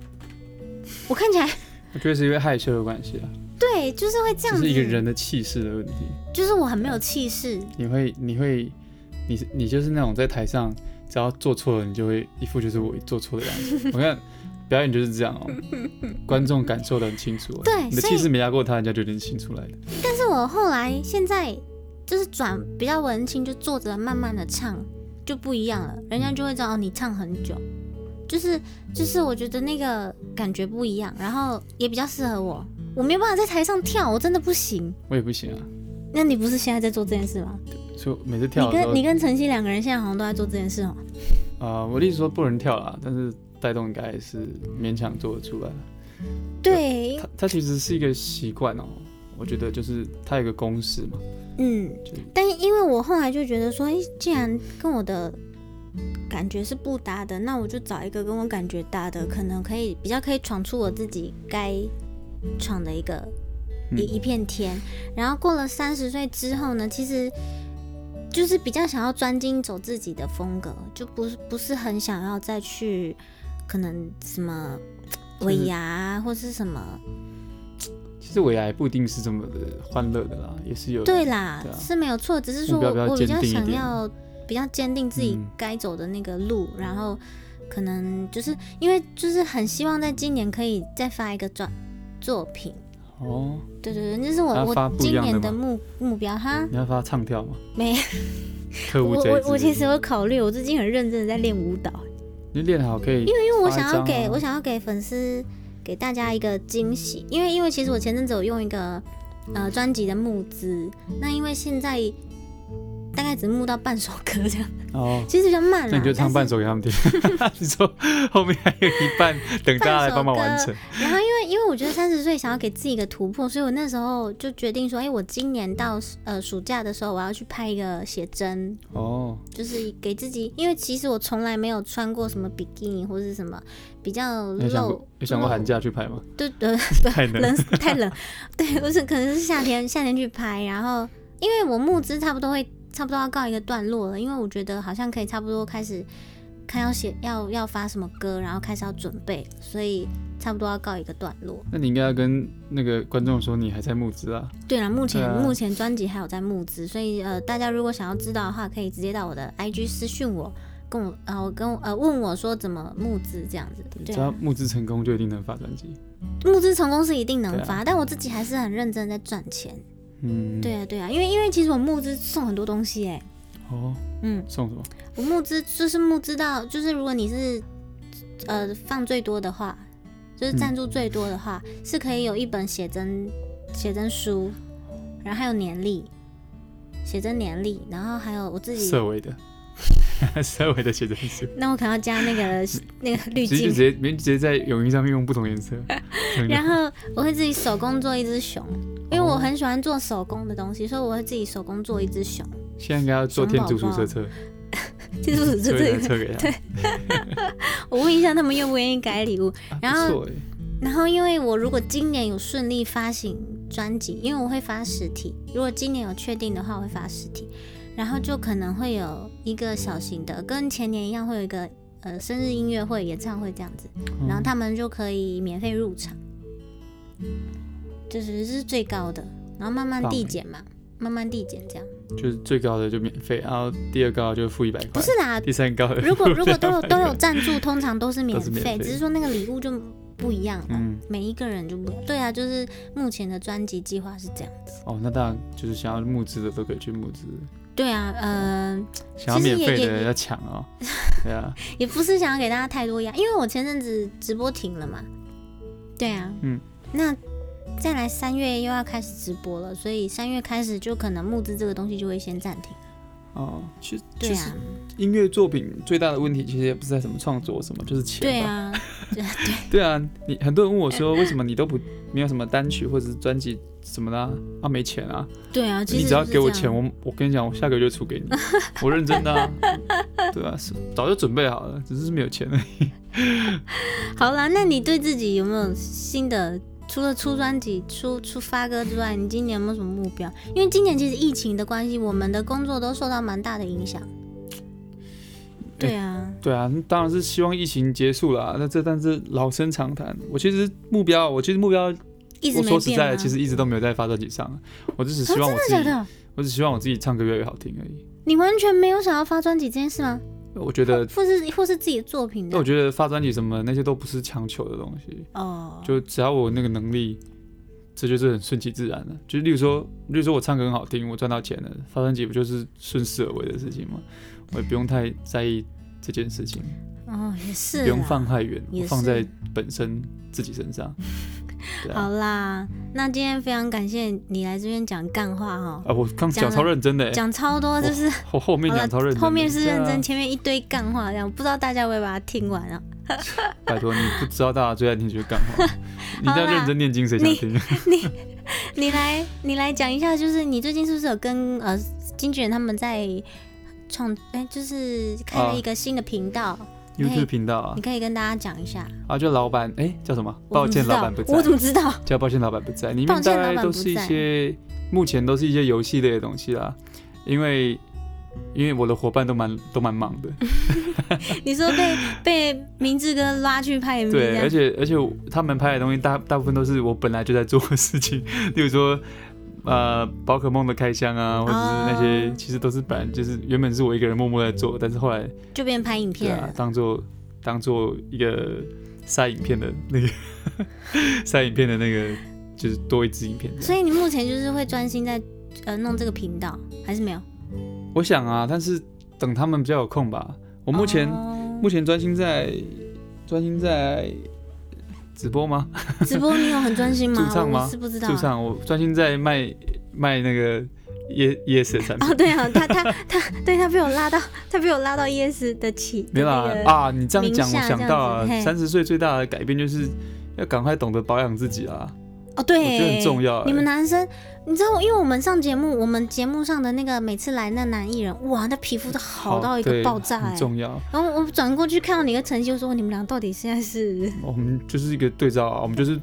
S1: 我看起来
S2: 我觉得是因为害羞的关系啊，
S1: 对，就是会这
S2: 这
S1: 样子，
S2: 是一个人的气势的问题。
S1: 就是我很没有气势，
S2: 你会，你会，你是你就是那种在台上只要做错了，你就会一副就是我做错的样子。我看表演就是这样哦，观众感受的很清楚、哦。
S1: 对
S2: 你的
S1: 所
S2: 气
S1: 以
S2: 势没压过他，人家就能听出来的。
S1: 但是我后来现在就是转比较文青，就坐着慢慢的唱就不一样了，人家就会知道、哦、你唱很久，就是就是我觉得那个感觉不一样，然后也比较适合我，我没有办法在台上跳，我真的不行。
S2: 我也不行啊，
S1: 那你不是现在在做这件事吗？
S2: 所以我每次跳
S1: 你
S2: 的时候
S1: 跟你跟晨曦两个人现在好像都在做这件事哦。
S2: 啊、我的意思说不能跳啦，但是带动应该还是勉强做得出来。
S1: 对，
S2: 它它其实是一个习惯哦，我觉得就是它有一个公式嘛，
S1: 嗯
S2: 就，
S1: 但因为我后来就觉得说，哎、既然跟我的感觉是不搭的，那我就找一个跟我感觉搭的，可能可以比较可以闯出我自己该闯的一个
S2: 嗯
S1: 一一片天。然后过了三十岁之后呢，其实就是比较想要专精走自己的风格，就不是不是很想要再去可能什么
S2: 是
S1: 尾牙啊或是什么。
S2: 其实我也还不一定是这么的欢乐的啦，也是有
S1: 对啦，
S2: 对啊
S1: 是没有错，只是说
S2: 目标
S1: 我
S2: 比
S1: 我比较
S2: 较坚定一
S1: 想
S2: 点
S1: 要比较坚定自己
S2: 嗯
S1: 该走的那个路，然后可能就是因为就是很希望在今年可以再发一个专作品。
S2: 哦。
S1: 对对对，这是我
S2: 还要发
S1: 我
S2: 不一
S1: 今
S2: 样的嗯
S1: 年的
S2: 吗
S1: 目目标哈。
S2: 你要发唱跳吗？
S1: 没，
S2: 特
S1: 我
S2: 务这一
S1: 我我其
S2: 支
S1: 实有考虑，我最近很认真的在练舞蹈，
S2: 你练好可以，
S1: 因为我
S2: 发一
S1: 想要
S2: 张
S1: 给
S2: 啊
S1: 我想要给粉丝给大家一个惊喜，因为因为其实我前阵子有用一个呃专辑的募资，那因为现在大概只募到半首歌这样。
S2: 哦，
S1: 其实比较慢
S2: 那
S1: 啦，
S2: 你就唱半
S1: 但是
S2: 首给他们听。 你说后面还有一半，等大家来帮忙完成。
S1: 然后因为因为我觉得三十岁想要给自己一个突破，所以我那时候就决定说，哎、我今年到呃暑假的时候，我要去拍一个写真，
S2: 哦，
S1: 就是给自己，因为其实我从来没有穿过什么比基尼或是什么比较
S2: 你有想
S1: 露
S2: 过，有想过寒假去拍吗？
S1: 对对，
S2: 太难了。
S1: 冷太冷，对，我是可能是夏天夏天去拍，然后因为我募资差不多会差不多要告一个段落了，因为我觉得好像可以差不多开始看要写要要发什么歌，然后开始要准备，所以差不多要告一个段落。
S2: 那你应该要跟那个观众说你还在募资啊。
S1: 对了，目前、
S2: 对啊
S1: 目前专辑还有在募资，所以呃，大家如果想要知道的话，可以直接到我的 IG 私讯我，跟我呃我跟我呃问我说怎么募资这样子。对
S2: 只
S1: 啊、
S2: 要募资成功，就一定能发专辑。
S1: 募资成功是一定能
S2: 对啊
S1: 发，但我自己还是很认真在赚钱。
S2: 嗯，
S1: 对。啊，对啊，因为因为其实我募资送很多东西哎、
S2: 哦，
S1: 嗯，
S2: 送什么？
S1: 我募资就是募资到，就是如果你是呃放最多的话，就是
S2: 嗯
S1: 赞助最多的话，是可以有一本写真写真书，然后还有年历，写真年历，然后还有我自己，
S2: 社委的， 社委的写真书。
S1: 那我可能要加那 个那个滤
S2: 直接就
S1: 镜
S2: 直，接，你直接在泳衣上面用不同颜 色。
S1: 然后我会自己手工做一只熊，因为我
S2: 哦
S1: 很喜欢做手工的东西，所以我会自己手工做一只熊。
S2: 现在应该要做天竺鼠车车，
S1: 这就是
S2: 做
S1: 这这
S2: 一
S1: 个，
S2: 台车给他。
S1: 我问一下他们愿不愿意改礼物。
S2: 啊
S1: 然后
S2: 不错哎，
S1: 然后，因为我如果今年有顺利发行专辑，因为我会发实体，如果今年有确定的话，我会发实体，然后就可能会有一个小型的，跟前年一样，会有一个呃生日音乐会、演唱会这样子，然后
S2: 嗯
S1: 他们就可以免费入场，就是这是最高的，然后慢慢
S2: 棒
S1: 递
S2: 欸
S1: 减嘛，慢慢递减这样。
S2: 就是最高的就免费，然后第二高的就付一百块，
S1: 不是啦，
S2: 第三高的
S1: 如果如果 都有都有
S2: 200块，
S1: 赞助，通常都是免
S2: 都是免
S1: 费，
S2: 费
S1: 只是说那个礼物就不一样了。
S2: 嗯，
S1: 每一个人就不对啊，就是目前的专辑计划是这样子。
S2: 哦，那当然就是想要募资的都可以去募资，
S1: 对啊，嗯、
S2: 想要免
S1: 其
S2: 费
S1: 实也
S2: 的
S1: 也
S2: 要抢 哦，对啊，
S1: 也不是想要给大家太多压，因为我前阵子直播停了嘛。对啊，
S2: 嗯，
S1: 那再来三月又要开始直播了，所以三月开始就可能募资这个东西就会先暂停。
S2: 哦，其实
S1: 对
S2: 其
S1: 啊
S2: 实，音乐作品最大的问题其实也不是在什么创作什么，就是钱，
S1: 对，啊，
S2: 对啊，你很多人问我说
S1: 哎
S2: 为什么你都不没有什么单曲或者是专辑什么的啊，啊没钱啊，
S1: 对啊，其
S2: 你
S1: 实
S2: 只要
S1: 就是
S2: 给我
S1: 这样
S2: 钱，我我跟你讲，我下个月就出 给你，我认真的、啊，对啊，是早就准备好了，只是没有钱而已。
S1: 好啦，那你对自己有没有新的？除了出专辑、出出发歌之外，你今年有没有什么目标？因为今年其实疫情的关系，我们的工作都受到蛮大的影响。对啊，
S2: 对啊，当然是希望疫情结束啦。那这但是老生常谈，我其实目标，我其实目标，
S1: 一直
S2: 我
S1: 没
S2: 说实
S1: 变
S2: 在
S1: 啊。
S2: 的，其实一直都没有在发专辑上，我只是
S1: 啊
S2: 希望我自
S1: 真的假
S2: 己，
S1: 的？
S2: 我只希望我自己唱歌越来越好听而已。
S1: 你完全没有想要发专辑这件事吗？
S2: 我觉得，
S1: 或是或是自己的作品
S2: 那我
S1: 的
S2: 觉得发专辑什么那些都不是强求的东西，
S1: 哦，
S2: 就只要我那个能力，这就是很顺其自然的。就是例如说，例如说我唱歌很好听，我赚到钱了，发专辑不就是顺势而为的事情吗？我也不用太在意这件事情，
S1: 哦也是啦，
S2: 不用放太远，
S1: 也
S2: 我
S1: 是
S2: 放在本身自己 身上。对啊
S1: 好，啦，那今天非常感谢你来这边讲干话哈、
S2: 啊，我刚讲超认真的、欸，
S1: 讲超多就是
S2: 我后面
S1: 好了
S2: 讲超认真的，
S1: 后面是认真，
S2: 对啊
S1: 前面一堆干话，这样不知道大家会不会把它听完 啊？
S2: 啊。拜托，你不知道大家最爱听些干 话，你一定要认真念经，谁想听？
S1: 你来，你来讲一下，就是你最近是不是有跟呃经纪人他们在创，哎、就是开了一个新的频道， 你可以
S2: YouTube 频道啊
S1: 你，可以跟大家讲一下。
S2: 啊，就老板，哎、叫什么？
S1: 我
S2: 抱
S1: 怎
S2: 歉，
S1: 么知
S2: 老
S1: 道
S2: 板不？在。
S1: 我怎么知 道？
S2: 叫抱歉老板不在，里
S1: 抱
S2: 面
S1: 歉
S2: 大
S1: 老
S2: 概
S1: 板
S2: 都
S1: 不
S2: 是一
S1: 在
S2: 些目前都是一些游戏类的东西啦，因为因为我的伙伴都蛮都蛮忙 的，
S1: 你说被被明志哥拉去拍 MV 这
S2: 对，而
S1: 样？
S2: 且而且我他们拍的东西大大部分都是我本来就在做的事情， 例如说。呃，宝可梦的开箱啊，或者是那些
S1: 哦
S2: 其实都是本来就是原本是我一个人默默在做，但是后来
S1: 就变拍影
S2: 对
S1: 片
S2: 啊
S1: 了，。
S2: 当做当做一个晒影片的那个 晒影片的那个就是多一支影片这样。
S1: 所以你目前就是会专心在呃弄这个频道，还是没有？
S2: 我想啊，但是等他们比较有空吧。
S1: 我
S2: 我目前、
S1: 哦
S2: 目前专心在专心在直播吗？
S1: 直播你有很专心吗？
S2: 驻唱吗
S1: 我是不知道、
S2: 就
S1: 啊。
S2: 上我专心在卖卖那个 yes yes 的产品。
S1: 哦，对啊，他他他，对他被我拉到，他被我拉到 ES 的起。
S2: 没啦
S1: 的那个
S2: 啊！你这样讲，
S1: 名
S2: 我
S1: 下
S2: 想到啊
S1: 这样，子嘿
S2: 三十岁最大的改变就是要赶快懂得保养自己啊！
S1: 哦，对，
S2: 我觉得很重要欸
S1: 你们男生，你知道，因为我们上节目，我们节目上的那个每次来那男艺人，哇，那皮肤都好到一个
S2: 对
S1: 爆炸哎、
S2: 很重要。
S1: 然后我转过去看到你跟晨曦，我说你们俩到底现在是？
S2: 哦我们就是一个对照啊，我们就是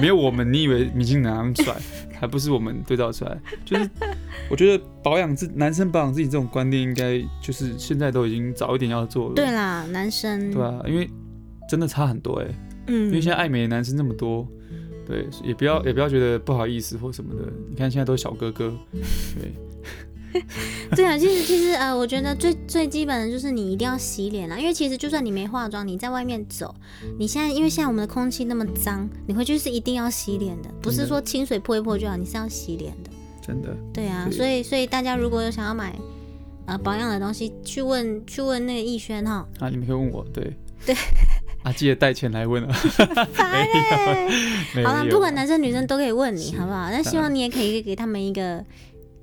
S2: 没有我们，你以为明星男他们帅， 还不是我们对照出来？就是我觉得保养自男生保养自己这种观念，应该就是现在都已经早一点要做了，
S1: 对啦，男生，
S2: 对啊，因为真的差很多哎、因为
S1: 嗯
S2: 现，在爱美的男生那么多。对，也不要也不要觉得不好意思或什么的。你看现在都是小哥哥，对，
S1: 对啊，其实其实呃，我觉得最最基本的就是你一定要洗脸啦，因为其实就算你没化妆，你在外面走，你现在因为现在我们的空气那么脏，你回去是一定要洗脸的，不是说清水泼一泼就好，你是要洗脸的。
S2: 真的
S1: 对啊，
S2: 对
S1: 所以所以大家如果有想要买呃保养的东西，去问去问那个逸轩 哈，
S2: 啊！你们可以问我，对
S1: 对
S2: 啊，记得带钱来问 啊。
S1: 烦嘞。
S2: 没有
S1: 好了，
S2: 有
S1: 不管男生女生都可以问你，
S2: 是
S1: 好不好？那希望你也可以给他们一个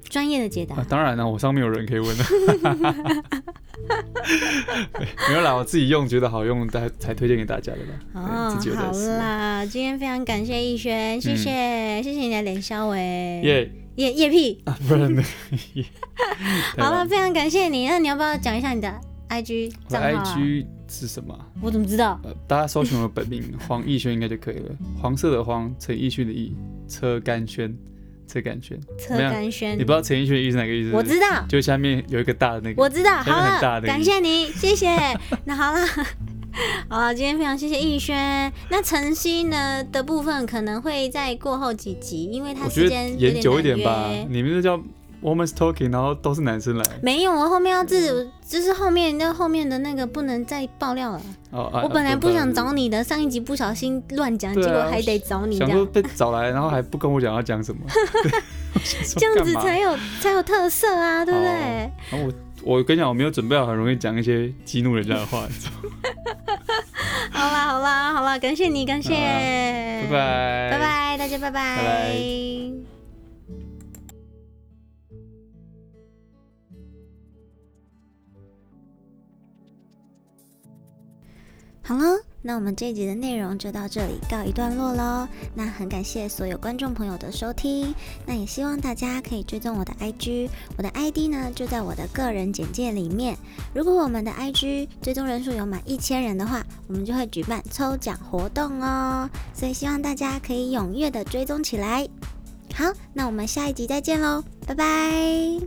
S1: 专业的解答
S2: 啊，。当然了、我上面有人可以问的。没没有啦，我自己用觉得好用，才才推荐给大家的啦。对
S1: 哦
S2: 嗯自己，有嗯
S1: 好
S2: 在试。
S1: 啦，今天非常感谢逸轩，谢谢、谢谢你来连肖伟，
S2: 耶、
S1: 叶叶屁，
S2: 啊不然呢？
S1: 好了，非常感谢你。那你要不要讲一下你的 IG
S2: 我的
S1: 账号、啊、
S2: IG 是什么啊？
S1: 我怎么知道？
S2: 呃，大家搜寻我的本名黄奕轩应该就可以了。黄色的黄，陈奕迅的奕，车甘轩，车甘轩。
S1: 车
S2: 没有
S1: 甘轩
S2: 你不，知道陈奕迅的奕是哪个意思？
S1: 嗯我知道，
S2: 就下面有一个大的那个。
S1: 我知道，
S2: 前
S1: 好
S2: 面很大
S1: 了，
S2: 的
S1: 感谢你，谢谢。那好了，好了，今天非常谢谢逸轩。那晨曦呢的部分可能会在过后几集，因为他
S2: 我觉
S1: 时
S2: 得
S1: 间有
S2: 研究一
S1: 点
S2: 点
S1: 难
S2: 吧
S1: 约。
S2: 你们这叫 woman's talking，然后都是男生来。
S1: 没有，我后面要自，就是后面那后面的那个不能再爆料了。
S2: 哦，啊
S1: 我本来不想
S2: 啊
S1: 找你的，上一集不小心乱讲，
S2: 对啊
S1: 结果还得找你这
S2: 想说
S1: 样，
S2: 被找来，然后还不跟我讲要讲 什么，对
S1: 这样子。
S2: 我想说干
S1: 才
S2: 嘛
S1: 有才有特色啊，对不对？
S2: 然后我我跟你讲，我没有准备好，很容易讲一些激怒人家的 话，你知道吗
S1: 好啦好啦好啦，感谢你，感谢，
S2: 啊拜
S1: 拜拜，大家拜拜。
S2: 拜拜
S1: 好了，那我们这一集的内容就到这里告一段落喽。那很感谢所有观众朋友的收听，那也希望大家可以追踪我的 IG，我的 ID 呢就在我的个人简介里面。如果我们的 IG 追踪人数有满一千人的话，我们就会举办抽奖活动哦，所以希望大家可以踊跃的追踪起来。好，那我们下一集再见喽，拜拜。